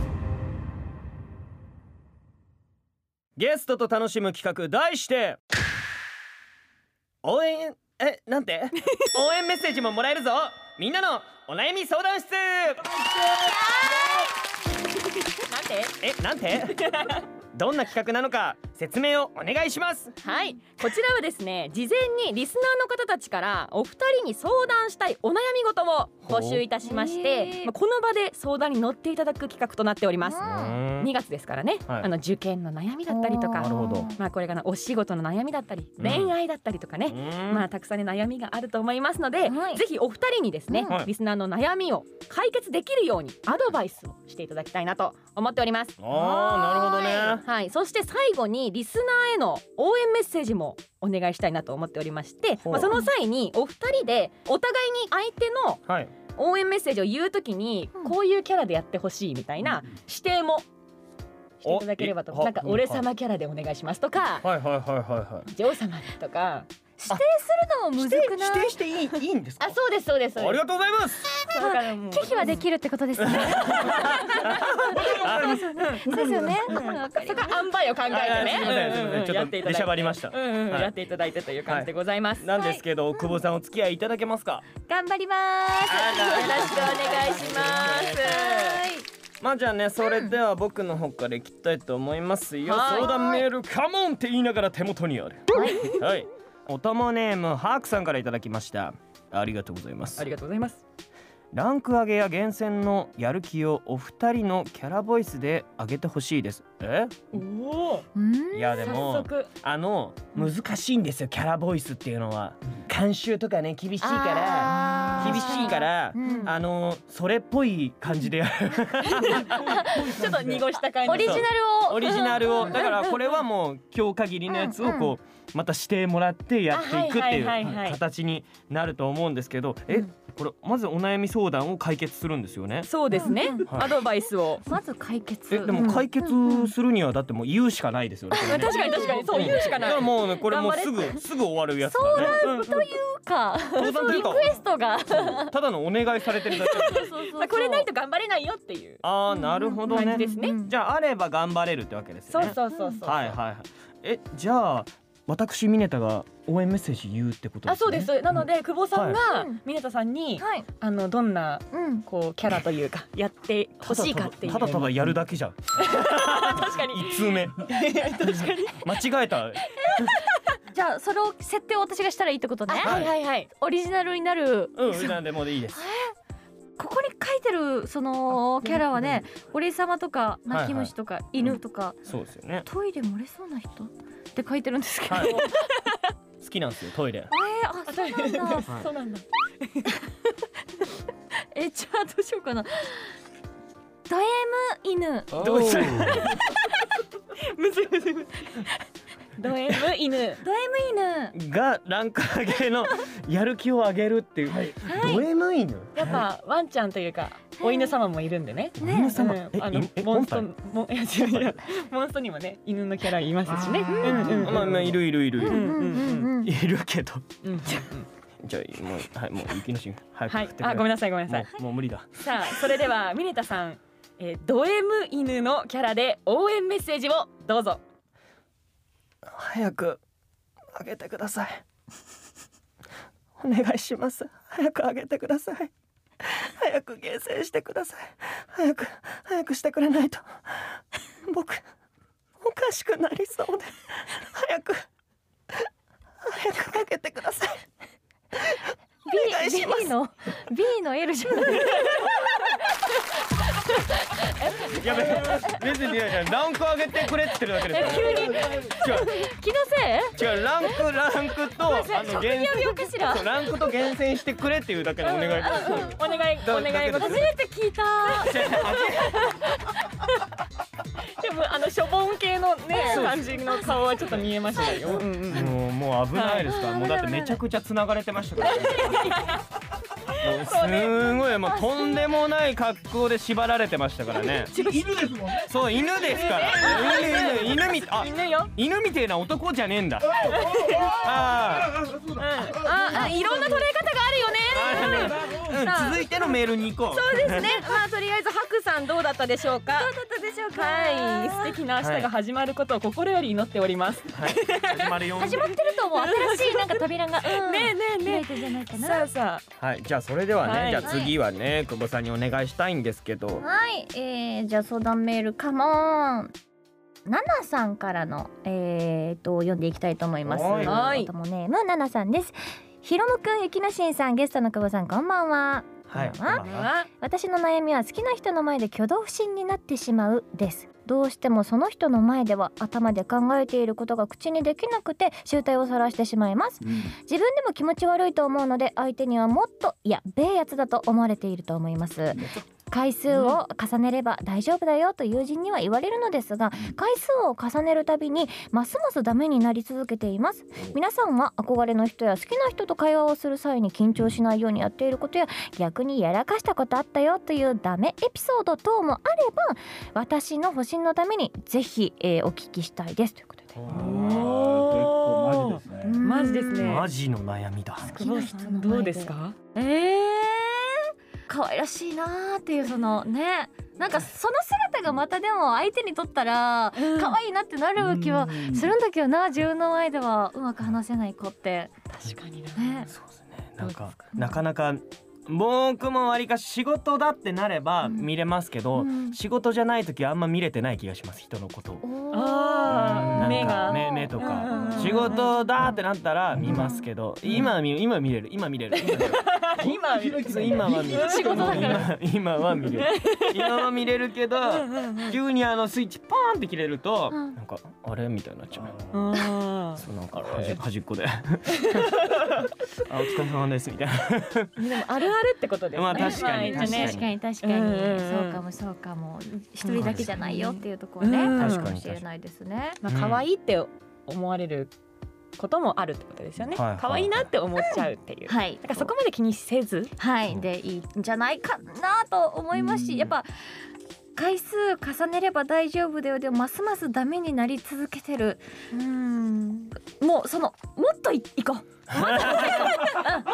ゲストと楽しむ企画題して応援えなんて応援メッセージももらえるぞみんなのお悩み相談室
なんで
えなんてどんな企画なのか説明をお願いします
はいこちらはですね事前にリスナーの方たちからお二人に相談したいお悩み事を募集いたしまし
ほ
て、
う
まあ、この場で相談に乗っていただく企画となっております
うん
2月ですからね、
はい
あの受験の悩みだったりと
なる
か
ほど
まあこれがなお仕事の悩みだったり
うん
恋愛だったりとかね、まあたくさんね悩みがあると思いますので、
はい
ぜひお二人にですね、
はい
リスナーの悩みを解決できるようにアドバイスをしていただきたいなと思っております。
あーなるほどね
はい、そして最後にリスナーへの応援メッセージもお願いしたいなと思っておりまして、
ほう
まあ、その際にお二人でお互いに相手の
はい
応援メッセージを言うときに
うん
こういうキャラでやってほしいみたいな指定もしていただければと
おい
なんか
は
俺様キャラでお願いしますとか
はいはいはいはいはい
女王様とか
のもむずくない
していいいいんです
あそうですそうです
ありがとうございます
そうだからもう
拒否はできるってことですね
そこ
そうですよねわかります
は塩梅を考えてね
はいはいすいませんすいません
うん
ちょ
うん
っと
やていただいて
出しゃばりました
うんうん
はい
やっていただいてという感じでございます、
なんですけど、久保さんお付き合いいただけますか
頑張ります
よろしくお願いします
まあじゃあねそれでは僕の方からいきたいと思いますよ、
はい
相談メールカモンって言いながら手元にあるはい、おともネームハークさんからいただきましたありがとうございます
ありがとうございます
ランク上げや厳選のやる気をお二人のキャラボイスで上げてほしいですえ
おお
うん
いやで
早
も
速
あの難しいんですよキャラボイスっていうのは監修とかね厳しいから
あー
厳しいから
うん
あのそれっぽい感じでやる
ちょっと濁した感じ
オリジナルを
オリジナル
う
を
ん
だからこれはもう今日限りのやつを
うん
こうまたしてもらってやっていくっ
あは
てい
いはいはいは
う
い
形になると思うんですけどえこれまずお悩み相談を解決するんですよね
そうですね、
うんうん
はい
アドバイスを
まず解決
えでも解決するにはだってもう言うしかないですよねこれね
確かに確かにそう言うしか
だ
な
か
い
らもうねこれもうす
頑張れ
ぐすぐ終わるやつだねうんうん
か
相談というか
リクエストが
そうただのお願いされてるだけ
まあ、これないと頑張れないよっていう
ああなるほど
感
ね
じですね、
じゃああれば頑張れるってわけですよ
そう
ね
そうそうそう、
はいはいはいえじゃあ私ミネタが応援メッセージ言うってことですね
あそうですなので久保さんが
うん
湊田さんに、
はい
あのどんな
うん
こうキャラというかやってほしいかっていう
ただただただただやるだけじゃん
確かに
一通目間違え た
じゃあそれを設定を私がしたらいいってことね
あはいはいはい
オリジナルになる
うんなんでもいいです
ここに書いてるそのキャラはね俺様とか泣き虫とか犬とか
そうですよね
トイレ漏れそうな人って書いてるんですけど、
は
え
い好きなんですよトイレ
ー、あそうなんだ
はい
そうなんだ
えじゃあどうしようかなド M 犬
どうした
むずいむずいむずいド M 犬
ド M 犬
がランク上げのやる気を上げるっていう、ド M 犬
やっぱワンちゃんというかお犬様もいるんでね
お犬
うん
様、え
あ
い
の
え
モンスト
本
モンいや 違う違うモンストにもね犬のキャラいますしね
あ
うん
ー
うんう
体
ん
まあまあいるいるいるいる、
うんうん
うん
いるけど
うんうん
じゃあもうはいもう雪のシーン早く
は
振っ
い
てくれ、
あごめんなさいごめんなさい
もうもう無理だ
さあそれではミネタさん、えー、ド M 犬のキャラで応援メッセージをどうぞ
早く上げてくださいお願いします早く上げてください早く厳選してください早く早くしてくれないと僕おかしくなりそうで早く早くかけてください
B,
お願いします
B の B の L じゃない
やべ別にいやいやランク上げてくれって言ってるだけですよ
急に気のせ
違う違うランクランクと
い
あの厳
いや
選
よかしら
そうランクと厳選してくれっていうだけでお願い
お願いお
だ
願い
だ
事
け
で
初めて聞いた
違う違う
もあのしょぼん系のね
そう
感じの顔はちょっと見えましたよ、うんうんうん
もうもう危ないですから、
はい
もうだってめちゃくちゃ繋がれてましたから、ね。もうすごいもうとんでもない格好で縛られてましたからね。
犬ですもんね。
そう犬ですから。犬犬犬みあ
犬よ、
犬みてえな男じゃねえんだ。あ
ああそう
うん、
だ。
ああいろんな捉え方があるよね
あ、うん、続いてのメールに行こう。
そうですねまあとりあえずハクさんどうだったでしょうか
どうだったでしょうか
はい素敵な明日が始まることを心より祈っております、
はい、始まるよ。
始まってると思う新しいなんか扉が、うん、
ねえねえねえ
開いてんじゃないかな
さあさ
はい、じゃあそれではね、
はい
じゃあ次はね、久保さんにお願いしたいんですけど。
はい、えー、じゃあ相談メールカモン
ナナさんからの、えー、と読んでいきたいと思います。
はい
はい
ともネームナナさんです。ひろむくん、ゆきなしんさん、ゲストの久保さん、こんばんは。
はい
こんばんは私の悩みは好きな人の前で挙動不審になってしまうですどうしてもその人の前では頭で考えていることが口にできなくて集体を晒してしまいます自分でも気持ち悪いと思うので相手にはもっといやべえやつだと思われていると思います回数を重ねれば大丈夫だよと友人には言われるのですが回数を重ねるたびにますますダメになり続けています皆さんは憧れの人や好きな人と会話をする際に緊張しないようにやっていることや逆にやらかしたことあったよというダメエピソード等もあれば私の保身のためにぜひ、えーお聞きしたいですということで
あー結構マジですね。
マジですね
マジの悩みだ
久保さんどうですか
えー、可愛らしいなーっていうそのねなんかその姿がまたでも相手にとったら
うん
可愛いなってなる気はするんだけどな自分の前ではうまく話せない子って
確かにな
ね
そうですねなんかなかなか僕もわりかし仕事だってなれば見れますけど、
うん
仕事じゃない時あんま見れてない気がします人のことを
あ
う
ー
んな
目
んか
が
目目とか、
うんうんうん
仕事だってなったら見ますけど、今は見今見れる今見れる今見れる
今
そう今は見れる
仕事だから
今今は見れる今は見れるけど急にあのスイッチパーンって切れると、
うん
なんかあれみたいになっちゃう
あー
そうなんか端端っこで あお疲れ様ですみたいな
でもあるあるってことですね
まあ確かに
まあ一応ね
確
確
か
かに確かに、
うんうんうん
そうかもそうかも一人だけじゃないよっていうところ
う
ね、
ん
ある
確か
か
に
もしれないですね。
まあ可愛いって思われることもあるってことですよね。
はいはい
可愛いなって思っちゃうっていう。
はい
だからそこまで気にせず。
はい、でいいんじゃないかなと思いますしやっぱ回数重ねれば大丈夫だよでもますますダメになり続けてる
うん。
もうそのもっといいこう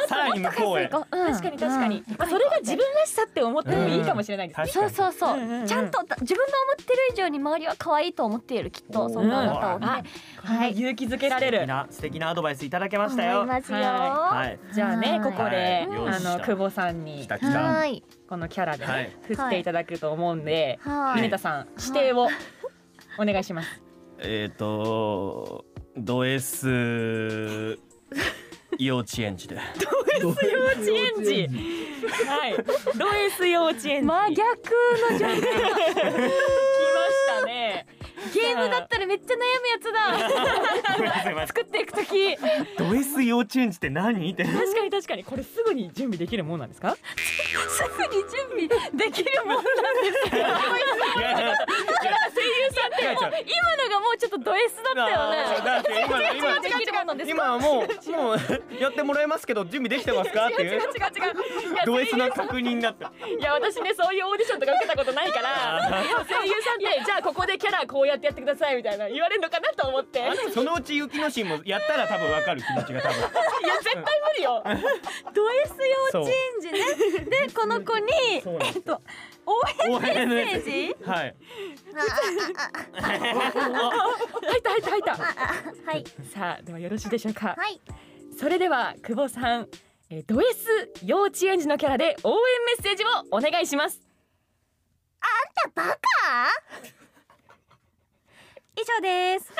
さらに向こうへ
回数いこう、うん
確かに確かに
うん。
まあそれが自分らしさって思ってもいいかもしれないですね。
確か
そう
に
そうそう、
うんうんうん
ちゃんとだ自分の思ってる以上に周りは可愛いと思っているきっとそんなあなたをね
これは勇気づけられ
素敵
る。
な素敵なアドバイスいただけまし
思
た
い
よ
ますよ、
は
はい
じゃあ
は
ね
い
ここ
は
で
い用意
あ
した
の久保さんに
来た来た
はい
このキャラで
はい
ね振っていただくと思うんで、
は
はい
い
ミネタさん指定をお願いします。
えっ、ー、とド S 幼稚園児で
幼稚
幼稚園児。はい。ド S 幼稚園児。
真
来
逆の状態
ましたね。
ゲー ムだったらめっちゃ悩むやつだ
ごめんなさい待って
作っていくとき
ド S 幼稚園児って何って
確かに確かにこれすぐに準備できるもんなんですか？
すぐに準備できるもんなんですよ
いやいや
声優さんってもう今のがもうちょっとド S だったよね
だって今の今
できるもんなんですか
今はもうもうやってもらえますけど準備できてますかっていう
違う違ういや
ド S な確認だった
いや私ねそういうオーディションとか受けたことないから声優さんってじゃあここでキャラこうやってやってくださいみたいな言われるのかなと思っていや
あでもそのうち雪のシーンもやったら多分わかる気持ちが多分
絶対無理よ
ド S 幼稚園児ねでこの子に
そうなんです
えっと応
応援の
援
や
メッ
つ
セージ
はい
入った入った入った
はい
さあではよろしいでしょうか
はい
それでは久保さんえード S 幼稚園児のキャラで応援メッセージをお願いします
あんたバカ
以上です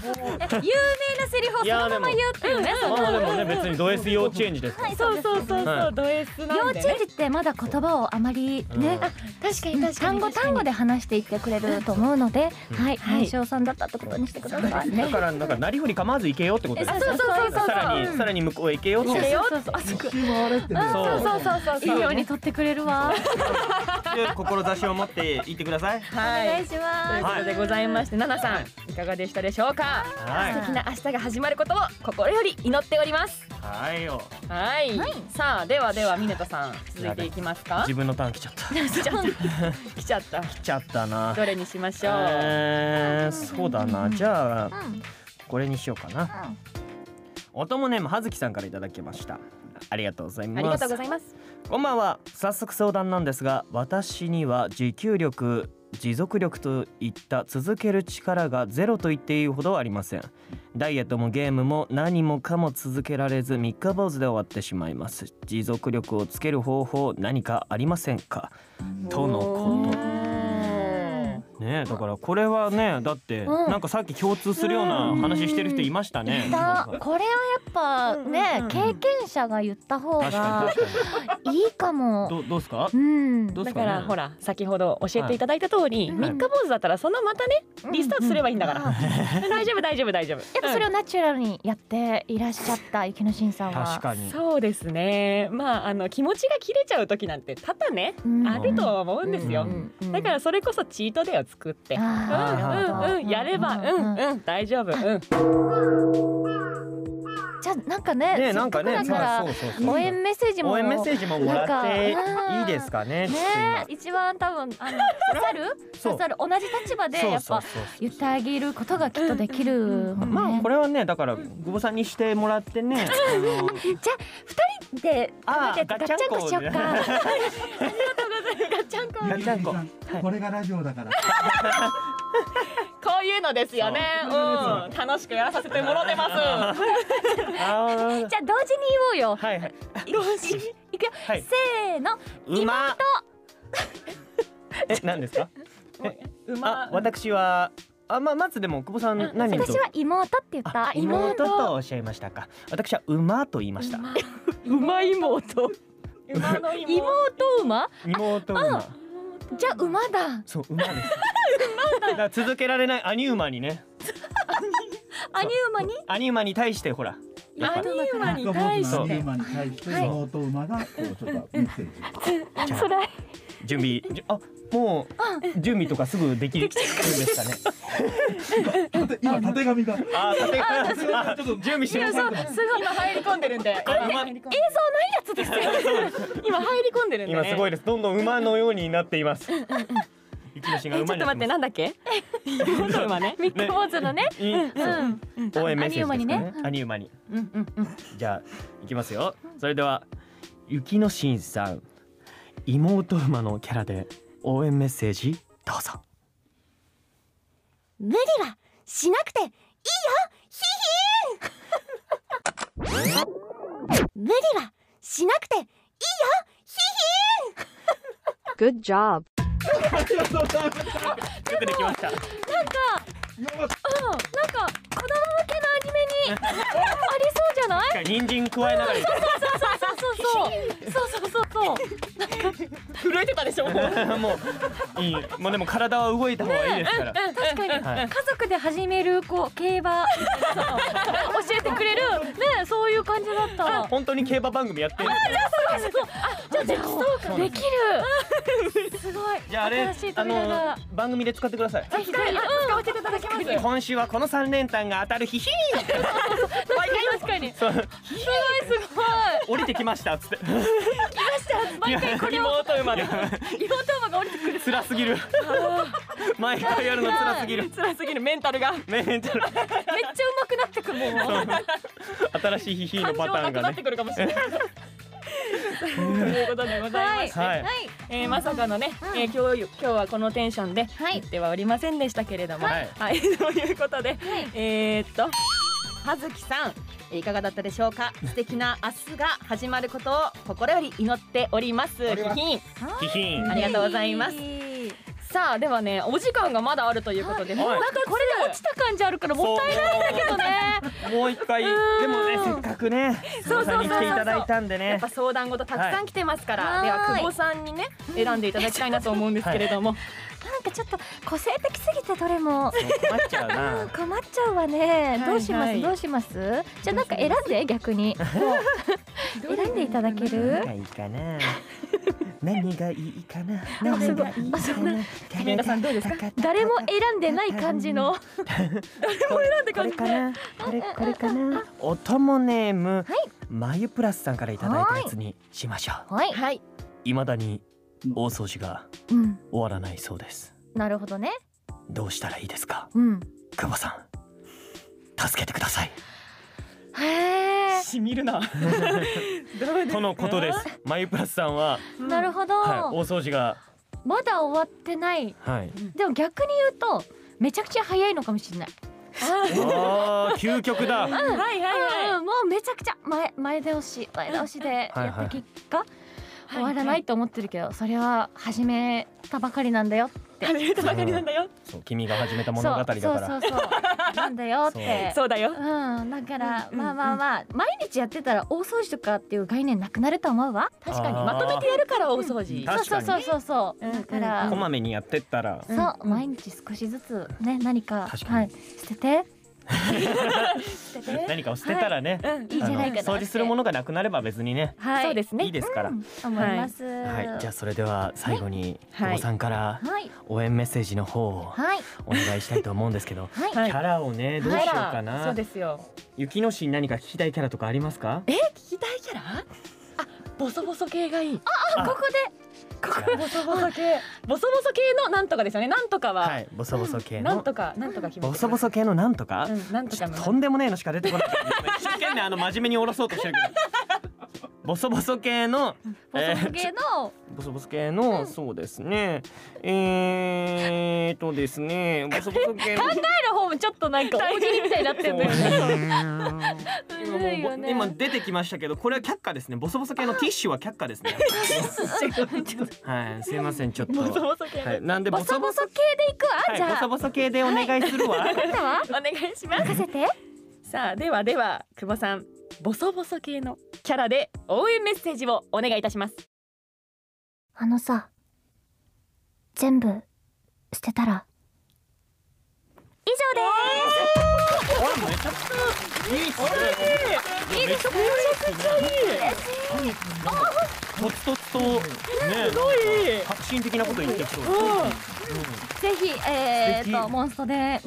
有名なセリフをそのまま言うっていうねその
まあでもね別にド S 幼稚園児ですから
はい
そう
です
そうそうそう、
はい
ド S
幼
なん
稚
で、ね、
園児ってまだ言葉をあまりね、
確かに確
単語単語で話していってくれると思うので、はい、
はい
内緒さんだったってことにしてください
だ
ね。
からなんかなりふり構わず行けよってことです
あ
ね
そうそうそうそう
さらに
そう
さらに向こうへ行けよって
行けよって
そうそうそう
一周回れってね。
そう
そうそうそうそう
いいように取ってくれるわ。
いう志を持って行ってください
は
お願
い
いしま
というこ
す。
とでございまして、ナナさんいかがでしたでしょうか。
はい
素敵な明日が始まることを心より祈っております。
はいよ
はい。さあではではミネトさん続いていきますか。
自分のターン来ちゃった来
来ちゃった。来ちゃった。
ちゃったな
どれにしましょう。
えー、そうだなじゃあ
うん
これにしようかなおともネームはずきさんからいただきましたありがとうござい
ありが
ます
とうございます。
こんばんは早速相談なんですが私には持久力持続力といった続ける力がゼロと言っていいほどありませんダイエットもゲームも何もかも続けられず三日坊主で終わってしまいます持続力をつける方法何かありませんかとのことねえだからこれはねだって
うん
なんかさっき共通するような話してる人いましたね
いたこれはやっぱね、
うんうん
経験者が言った方
確か
が
に確か
いいかも
にどうどうですか
うん
どうで
だ
すか
か
ね
らほら先ほど教えていただいた通り
はい
三日坊主だったらそのまたねリスタートすればいいんだから
うんうんや
大丈夫大丈夫大丈夫
っぱそれをナチュラルにやっていらっしゃった雪のしんさんは
確かに
そうですねまああの気持ちが切れちゃう時なんて多々ね
うん
あるとは思うんですよ、だからそれこそチートデイを作ってうん
あー
うんうんやれば
う
うん
うんうん
んうん大丈夫うん
じゃあなんか
ね
ねせ
な
っ
ん
か
か
く
ね
だから
そうそうそう
応援メッセージも
応援メッセージももらって
なんか
いいですかね。
ね一番多分あの刺さる
そう
刺さる同じ立場で
そう
やっ
そう
ぱ
そう
言ってあげることがきっとできるもんね
まあこれはねだから久保さんにしてもらって ね。
で
あ
ガッチャンコしよっか。
ガッチャンコ。
これがラジオだから。
こういうのですよねうん楽しくやらさせてもろてます
あ
じゃあ同時に言おうよ
あ。はい はい。
いくよ。
はい
せーの。
馬。 え何ですか。え
う
あ
ま
私はあまあまずでも久保さん何と
私。は妹って言っ
あ
た。
妹とおっしゃいましたか。私は馬と言いました。
うま妹馬の妹
妹馬？
妹馬。
じゃあ馬だ。
そう馬 です。馬だから続けられない兄馬にね。
兄馬に。
兄馬に対してほら。やっぱ
兄馬に対し
そう
て
馬に対して妹馬がこうちょっとメッセージ。
じゃあ
それ。
準備じゅあもう準備とかすぐできるんですかね。
縦今縦紙が。
あー縦
縦紙がちょっと
準備して
い
ま
や
す
そう。
今入り込んでるんで
馬
やつですよ。
今入り込んでるんで
今
ね
すごいです。どんどん馬のようになっています。一の
え
し
ちょ
が
っと
馬になてま
待ってなんだっけ妹馬ね
ミックポーズのね。
す。いい
うん。
そう応援メッセージですか
兄馬にね
ね。兄馬に。
うんうんうん。
じゃあいきますよ。それでは雪のしんさん妹馬のキャラで応援メッセージどうぞ。
無理はしなくていいよ。 ヒヒーン。無理はしなくていいよ。
Good job.
よくできま した。
うん。なんか子供向けのアニメ にありそうじゃない？
人参加えながら
そうそうそうそう。そうそうそうそう。
震えてたでしょも う
もういい。もうでも体は動いた方がいいですから。
確かに、
はい
家族で始めるこう競馬教えてく れるねそういう感じだったわ
本当に競馬番組やってるんですね
じゃあできそうかできるすごい
じゃああれ
新しい
あ
扉が
の番組で使ってください。
ぜひぜひ
使わせていただきます
今週はこの三連単が当たるヒヒ
確かにす
ーン。
ごいすごい
降りてきましたっつって。 来ました。毎回これを妹馬で。
妹馬が降りてくる
辛すぎる。毎回やるの辛すぎる。
辛すぎるメンタルが
めっち ゃ
めっちゃ上手くなってくもう
新しいヒヒーの
感情
パター
な
ン
く
が
なって
ね。
くるかもしれないということでございます、
はい
はい。
えーまさかのね、
うん
えー今日今日はこのテンションで
はい
行ってはおりませんでしたけれども
は
はいい、 ということで、えーっと葉月さんえーいかがだったでしょうか素敵な明日が始まることを心より祈っております
ります
ひひん
ヒヒーン。
ありがとうございますさあではねお時間がまだあるということで、
はい
なんかこれで落ちた感じあるから
もったいないんだけ
どね
もう一回でもねせっかくね
そうそうそうそ
久
う
保さんに来ていただいたんで
やっ
ね
ぱ。相談事たくさん来てますから、
はい
では
はーい
久保さんにね選んでいただきたいなと思うんですけれども、
なんかちょっと個性的すぎてどれも
もう困っちゃうな。
困っちゃうわね
い
どうしま
は
す
い
どうしますじゃあなんか選んで逆にもう選んでいただける
何がいいか な。何がいいかな。何がいい
あす
か
ごい
な。
皆さんどうですか
誰も選んでない感じの
選んで感じこれかなこれこれかなおともネーム、まゆプラスさんからいただいたやつにしましょう
はい
はい
未だに大掃除が
うん
終わらないそうです
なるほどね
どうしたらいいですか
うん
久保さん助けてください
へえ
しみるな
とのことですまゆプラスさんは、
なるほど、
はい、大掃除が
まだ終わってない
はい
でも逆に言うとめちゃくちゃ早いのかもしれない、
あー究極だ
はいはいはい。
うんもうめちゃくちゃ前前倒し前倒しで
はい
や
はい
った結果、終わらないと思ってるけどそれは始めたばかりなんだよって
始めたばかりなんだよ。
そう君が始めた物語だから
そうそうそうそうなんだよって
そうだよ。
うん、だから、
うん
まあまあまあ毎日やってたら大掃除とかっていう概念なくなると思うわ
確かに
あー
まとめてやるから大掃除。
確かに
そうそうそうそう、
うん
だから、
こまめにやってったら
うん
そう、
うん
毎日少しずつね何か
確かに
はい、捨てて
何かを捨てたらね、
うん。
いいじゃないかなって
あの掃除するものがなくなれば別にね
はい
そうですね。
いいですから、
思います、は、
はいいじゃあそれでは最後に
は
久
い
保さんから
はい
応援メッセージの方を
はい
お願いしたいと思うんですけ ど
はい、
キ
はい
ャラをねどうしようか
あらそ
な
うですよ。
雪の市に何か聞きたいキャラとかありますか
え、聞きたいキャラ？あ、ボソボソ系がいい。
あ
ここで
ボソボソ系。ボソボソ系のなんとかですよね。なんとかは。
はいボソボソ系
なん
の
とかなんとか決めてください。
ボソボソ系のなんとか、
うん、なんと
ちょ
か
っ
の
ととんでもねえのしか出て こない一生懸命あの真面目に下ろそうとしてるけどボソボソ系の
ボソボソ系の、
ボソボソ系の、そうですね。えー、とです ね、ボソボソ系の。
えの方もちょっとなんか大喜利みたいになってんだよね
今
むずい
も
よ
うぼ
ね
今出てきましたけど、これは却下ですね。ボソボソ系のティッシュは却下ですね。はい、すいません、ちょっと。
ボソボソ系の。
はい、なんで
ボ
ボソ
ソ
ボ
ボ
ソ
ソ系でいくわ、
はい
じ
ボ
ゃ
ソ
あ
ボソ系でお願いするわ。
だわ
お願いします。
任せて
さあではでは久保さんボソボソ系のキャラで応援メッセージをお願いいたします
あのさ全部捨てたら以上です
あめちゃくちゃいいっすね。いいめちゃくちゃいい。とつとつとね、すご
い
革新的なこと言ってきそうです。
ぜひえー、
素
と
敵
モンストでね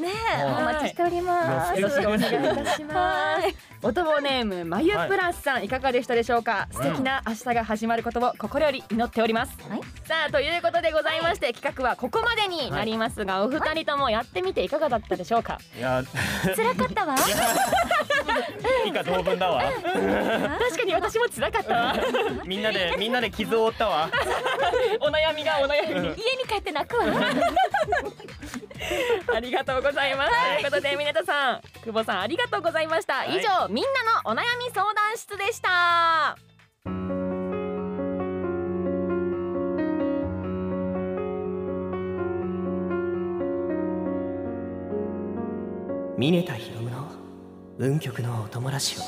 お
はい
待ちしております
いや素敵ですよ
いします
おとぼネームまゆプラスさん、い、かがでしたでしょうか素敵な明日が始まることを心より祈っております、
はい
さあということでございまして、企画はここまでになりますが、お二人ともやってみていかがだったでしょうか、
いや、
辛かったわ
以下同文だわ。
確かに私も辛かったわ
みんなでみんなで傷を負ったわ。
お悩みがお悩みに
家に帰って泣くわ
ありがとうございます。ということで、湊さん、久保さん、ありがとうございました。
い
以上、みんなのお悩み相談室でした。
峰田ひろむの運極のお友達を。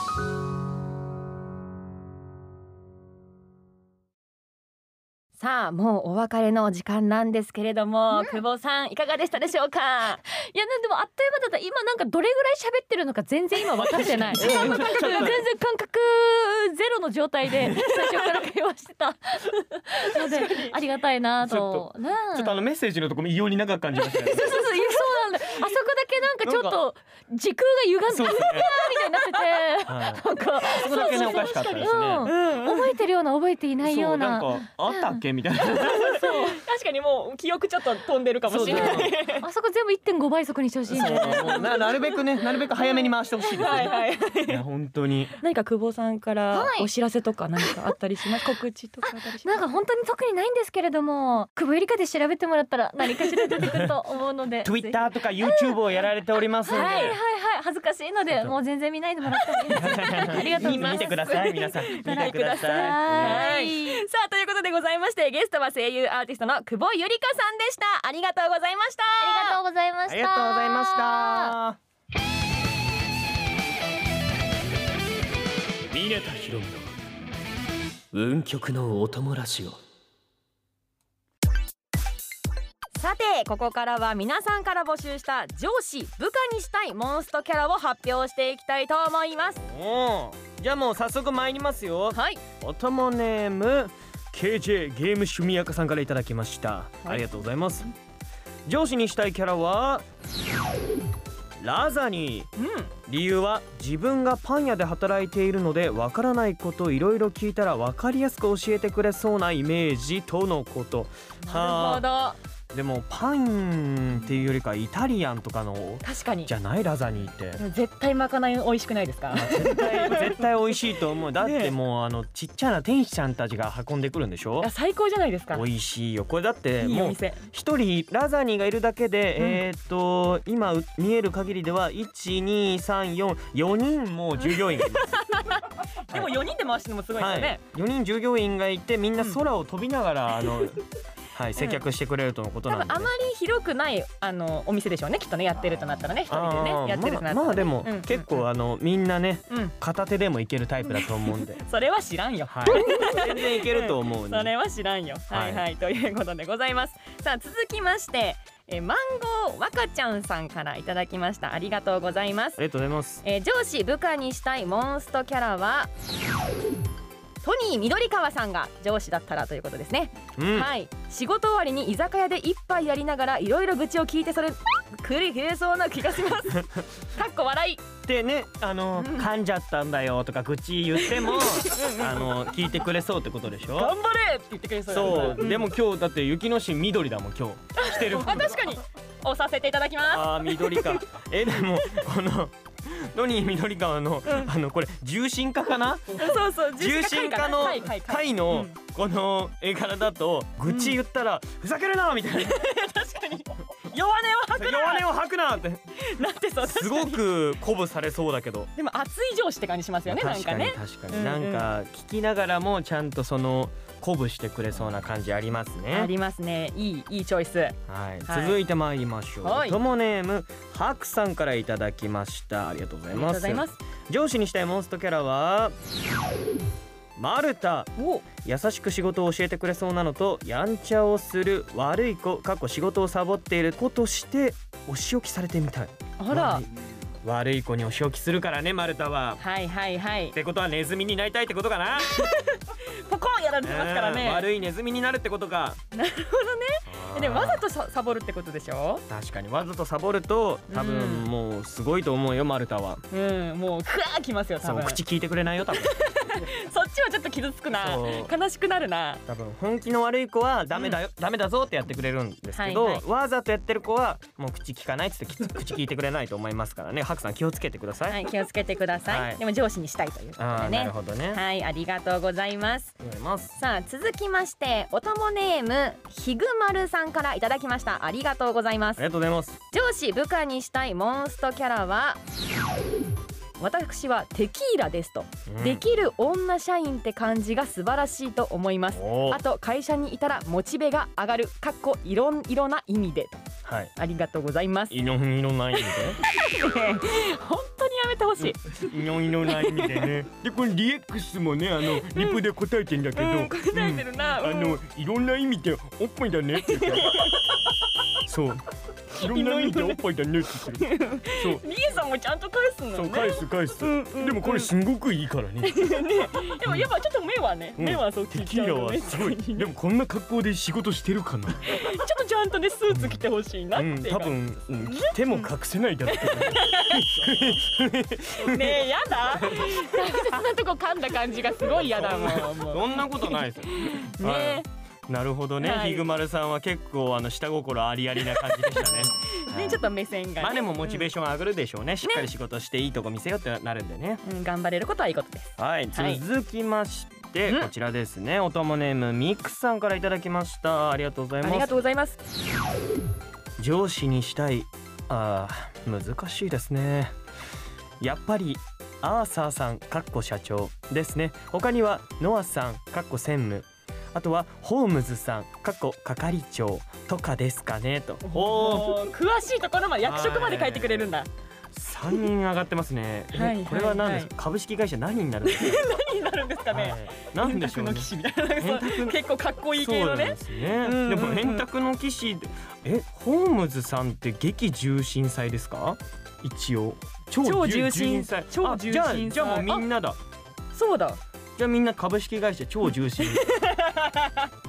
さあ、もうお別れの時間なんですけれども、久保さん、いかがでしたでしょうか。
いやでもあっという間だった今なんかどれぐらい喋ってるのか全然今分かってない時間の感覚全然感覚ゼロの状態 で最初から会話してたのでありがたいなとねえ
ちょっとあのメッセージのとこも異様に長く感じましたね。
そうそうそういやそうなんだあそこだけなんかちょっと時空が
そ
歪ん
う
で
です
る
ね。
みたいになってて
はい。
なんか
そこだけねおかしかったですね。
うん覚えてるような覚えていないよ
そううな
なん
かあったっけみたいな。
確かにもう記憶ちょっと飛んでるか
もしれない
あそこ全部1.5倍速にしてほしいんで
そうもうななるべくねなるべく早めに回してほしいです
はい
ね。
はい。
いや本当に。
何か久保さんから
はい
お知らせとか何かあったりし ます。告知とかあったりしま
な
す。
んか本当に特にないんですけれども久保ゆりかで調べてもらったら何かしら出てくると思うので
Twitter とか YouTube をやられておりますの
は
で。
い はいはい恥ずかしいのでもう全然見ないでもらってもいいですありがとうございます
見てください皆さん。見てください。
はい。さあということでございましてゲストは声優アーティストの久保ゆりかさんでしたありがとうございました
ありがとうございま
ありがとうございました。ミネタヒロミの運極のお友ラジオ。
さてここからは皆さんから募集した上司部下にしたいモンストキャラを発表していきたいと思います
おお、じゃあもう早速参りますよ。
はい
おともネーム KJ ゲーム趣味やかさんからいただきました。ありがとうございます。上司にしたいキャラはラザニー。
う
理由は自分がパン屋で働いているのでわからないこといろいろ聞いたらわかりやすく教えてくれそうなイメージとのこと
んなるほど
でもパインっていうよりかイタリアンとかの
確かに
じゃないラザニーって
絶対まかない美味しくないですか
絶対絶対美味しいと思うだってもうあのちっちゃな天使ちゃんたちが運んでくるんでしょ
いや最高じゃないですか
美味しいよこれだって
いい
も
お
う
店
一人ラザニーがいるだけで、えーっと今う見える限りでは12344人も従業員がいます
でも4人で回してのもすごいです
は
よね
い、4人従業員がいてみんな空を飛びなが ら、あのはい接客してくれるとのこと
多
なん
分
で、
あまり広くないあのお店でしょうねきっとねやってるとなったらね一人で
あ
ね
ー
やってるとな
まあ
ったらね
まあでも、
うん
結構あのみんなね
うん
片手でもいけるタイプだと思うんで
それは知らんよ
はい全然いけると思うね
それは知らんよは
はいい
はい、ということでございますさあ続きましてえマンゴー若ちゃんさんからいただきましたありがとうございます
ありがとうございます
えー上司部下にしたいモンストキャラはトニー緑川さんが上司だったらということですね、
うん、
はい仕事終わりに居酒屋で一杯やりながらいろいろ愚痴を聞いてそれくり冷えそうな気がします かっこ笑い
でねあの、
うん
噛んじゃったんだよとか愚痴言ってもあの聞いてくれそうってことでしょ
頑張れって言ってくれそう
そう、
ん
でも今日だって雪の市緑だもん今日してる
あ確かに押させていただきま
あー緑かえでもこのノニー緑川の、あのこれ重心化かな
すそうそう
重心化の
はいはいはい
回
う
の
ん
この絵柄だと愚痴言ったら「ふざけるな!」みたいな
確かに弱音を
「
吐く
弱音を吐くな!」って
ななんてそう
すごく鼓舞されそうだけど。
でも熱い上司って感じしますよねなん
確
か
かに
ね
確か
うん
になんか聞きながらもちゃんとその鼓舞してくれそうな感じあります
あ
ね。
りますねいいいいチョイス
はい、
はい
続いて参りましょ
は
う。
い
ともネームハクさんからいただきました。ありがとうござ
あ
い
りがと
ま
うござい
す
ま。す
上司にしたいモンストキャラはマルタ
お
優しく仕事を教えてくれそうなのとやんちゃをする悪い子過去仕事をサボっている子としてお仕置きされてみたい
あら
悪い悪い子にお仕置きするからねマルタは
はいはいはい
ってことはネズミになりたいってことかな
ポコンやられてますから
うん
ね
悪いネズミになるってことか
なるほどねえでもわざとササボるってことでしょ
確かにわざとサボると多
うん
分もうすごいと思うよマルタは
うんもうクワーきますよ多
そう
分そ
口聞いてくれない よ多分
っちはちょっと傷つくな
そう
悲しくなるな
多分本気の悪い子はダメだよ、ダメだぞってやってくれるんですけど、
はいはい
わざとやってる子はもう口聞かないっつってき 口聞いてくれないと思いますからねハクさん気をつけてください、
はい気をつけてください、
はい
でも上司にしたいということ
あ
で
あなる
ね
ほどね、あ
はいありがとうございます
りがとうございます
さあ続きましておともネームひぐまるさんからいただきましたありがとうございま
あ
す
りがとうございます
上司部下にしたいモンストキャラは私はテキーラですと、
うん
できる女社員って感じが素晴らしいと思います
お
あ
ー
と会社にいたらモチベが上がるかっこいろんいろな意味でと
はい
ありがとうございます
いろいろないんで
本当にやめてほしい、
いろいろないんでねでこの DX もねあのリプで答えてんだけど、
うん、答えてるな、うん
いろんな意味でおっぱいだねって言ってそういろんな意味でおっぱいだねって言ってるそう
リエさんもちゃんと返すのね
す返す、
んうんうん
んごくいいからね
でもやっぱちょっと目はね、
うん
目はそう聞いちゃうよねちょ
もこんな格好で仕事してるかな
っとちゃんとねスーツ着てほしいなっ
う
てい
ん
う
多分、うん、着ても隠せないだろうけど
ねえやだ大切なとこ噛んだ感じがすごいやだもんもう
そんなことないです よ
ね
いなるほどね、
はい
ひぐまるさんは結構あの下心ありありな感じでした ね
えねえちょっと目線が、ね
まあでもモチベーション上がるでしょうねしっかり仕事していいとこ見せようってなるんでね
うん、うん頑張れることはいいことです
はい
はい
続きまして、
うん
こちらですねおともネームミクさんからいただきましたありがとうござい
あ
ます
りがとうございます
上司にしたいあー難しいですねやっぱりアーサーさんかっこ社長ですね他にはノアさんかっこ専務あとはホームズさんかっこ係長とかですかねとおお
もう詳しいところまで役職まで書いてくれるんだ
3人上がってますねえ
はい
これは何です
はい
か株式会社何になるんですか
何になるんですかね、
はい何でしょう
の
ね
騎士みたいなそう
円卓の
結構かっこいい
そう
系
な
の
ん
ね
ですね、
うんうんうん
でも円卓の騎士でえホームズさんって激重心祭ですか一応超
超重
重心
心
祭
超
あ
重心祭
じゃあじゃあもうみんなだ
そうだ
じゃあみんな株式会社超重心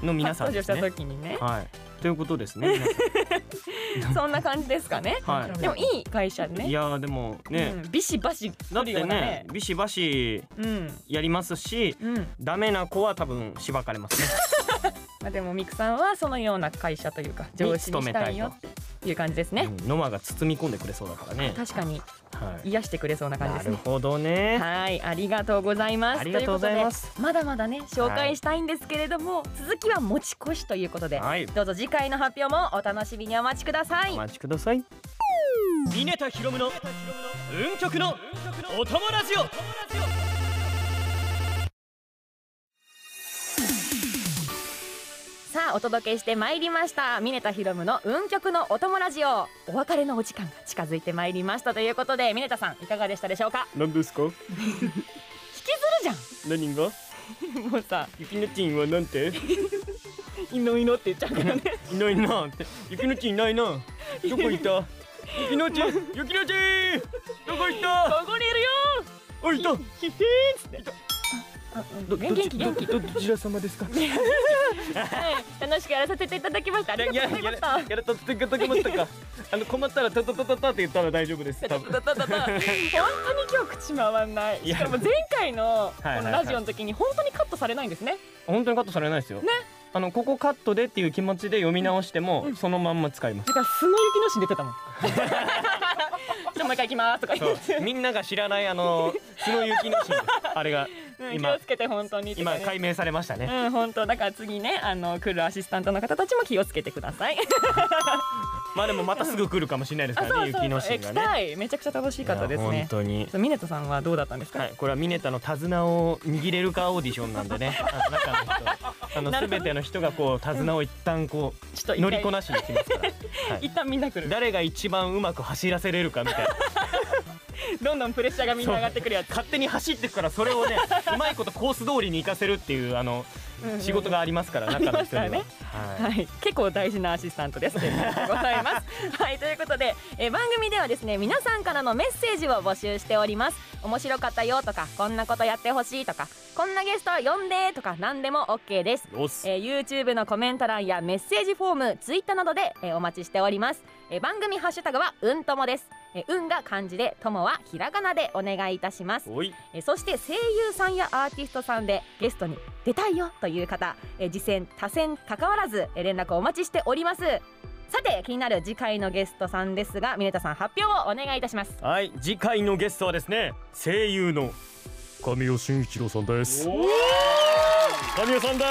の皆さん
登
で
場
す
した
ね
時にね
はいということですね皆
そんな感じですかね
さんは
でもいい会社
いい
ね
やーでもね、
うん、ビシバシ
だって
来るような
ね
ね
ビシバシ
うん
やりますし
うん
ダメな子は多分しばかれますね
まあ、でもミクさんはそのような会社というか上司にしたいよっていう感じですね、
うんノマが包み込んでくれそうだからね。
確かに
はい。
癒してくれそうな感じで
な
す
る
ね
ほどね。
はいありがとうございます
ありがとうございます
ということでまだまだね紹介したいんですけれども、続きは持ち越しということで、
はい
どうぞ次回の発表もお楽しみにお待ちください
お待ちください。ミネタヒロムの運極のお供ラジオ。
さあお届けしてまいりましたミネタヒロムの運極のお供ラジオお別れのお時間が近づいてまいりましたということでミネタさんいかがでしたでしょうか
何ですか？
引きずる
何が？
じゃんもうさ
ゆきぬちんはなんて？
いのいのって言っちゃう からね
いないなって。ゆきぬちんいないな。どこいた？ゆきぬちん、ゆきぬちん、どこいた？
ここにいるよ
あいた。
ひてーんつって
ど
元気元気
どどちら様ですか？い
はい楽しくやらせていただきましたありがとうございまし
やらたってかまったか。あの困ったらたたたたたって言ったら大丈夫です。多分。
たたたた本当に今日口回んない
い
し
や
かも前回のこ
はいはい
のラジオの時に本当にカットされないんですね
本当にカットされないですよ。ね。あのここカットでっていう気持ちで読み直しても、そのまんま使います。
だから素の雪のシーン出て たもんじゃあもう一回行きますとか言って
そうみんなが知らないあのスノユキのシーンですあれが
うん気
今
をつけて本当に
今
とかね
解明されましたね
うん本当だから次ねあの来るアシスタントの方たちも気をつけてください。
まあでもまたすぐ来るかもしれないです
あ
からね雪のシ
え
ー
来
ンがね
たいめちゃくちゃ楽しかったです
いや
ね
本。当に
そうミネトさんはどうだったんですか。
はいこれはミネタの手綱を握れるかオーディションなんでねあの中の人
な
あ
る
の
ほど
全ての人がこう手綱を一旦こ
ちょっと
う
一回
乗りこなしにきますから、は
一
い、
旦みんな来る。
誰が一番うまく走らせれるかみたいな
どんどんプレッシャーがみんな上がってくるやつ。
勝手に走ってくからそれをねうまいことコース通りに行かせるっていうあの
うんうん
仕事がありますから中の人に
あり
は
ま。
はい
はい、結構大事なアシスタントです。ありがとうござ います。はい、ということで、えー番組ではですね、皆さんからのメッセージを募集しております。面白かったよとか、こんなことやってほしいとか、こんなゲスト呼んでとか、何でも OK です。
ロス
えー YouTube のコメント欄やメッセージフォーム Twitter などで、えーお待ちしております、えー番組ハッシュタグはうんともです、えーうんが漢字でともはひらがなでお願いいたします、
おい
えーそして声優さんやアーティストさんでゲストに出たいよという方、えー、次戦他戦関わらず、えー連絡をお待ちしておりますさて気になる次回のゲストさんですがミネタさん発表をお願いいたします
はい次回のゲストはですね声優の神尾俊一郎さんです神尾さんだ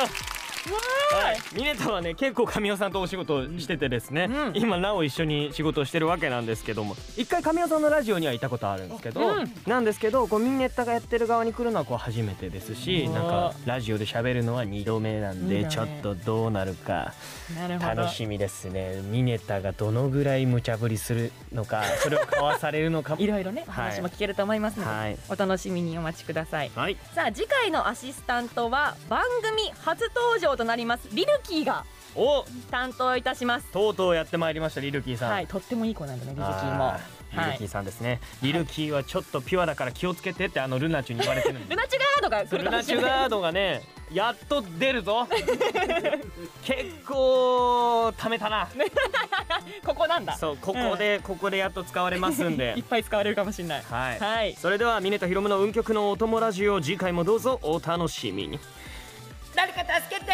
はい、ミネタはね結構神尾さんとお仕事をしててですね、
うん
今なお一緒に仕事をしてるわけなんですけども一回神尾さんのラジオにはいたことあるんですけど、
うん
なんですけどこうミネタがやってる側に来るのはこう初めてですし
うん
なんかラジオで喋るのは2度目なん
二
で
度目
ちょっとどうなるか
なる
楽しみですねミネタがどのぐらい無茶ぶりするの かそれをかわされるのか
いろいろねお話も聞けると思いますので、
はい
お楽しみにお待ちください
はい
さあ次回のアシスタントは番組初登場となりますリルキーが
お
担当いたします
とうとうやってまいりましたリルキーさん、
はいとってもいい子なんだねリルキーも
あー
はい
リルキーさんですね、リルキーはちょっとピュアだから気をつけてってあのルナチュに言われてる んで
ルナチュガードが
すル
来るかも
ナ
し
チ
れ
ュ
ない
ガードがねやっと出る ぞ結構ためたな
ここなんだ
そうここで、ここでやっと使われますんで
いっぱい使われるかもしれない
はい、
はい
それではミネタヒロムの運極のお供ラジオ次回もどうぞお楽しみに
誰か助けて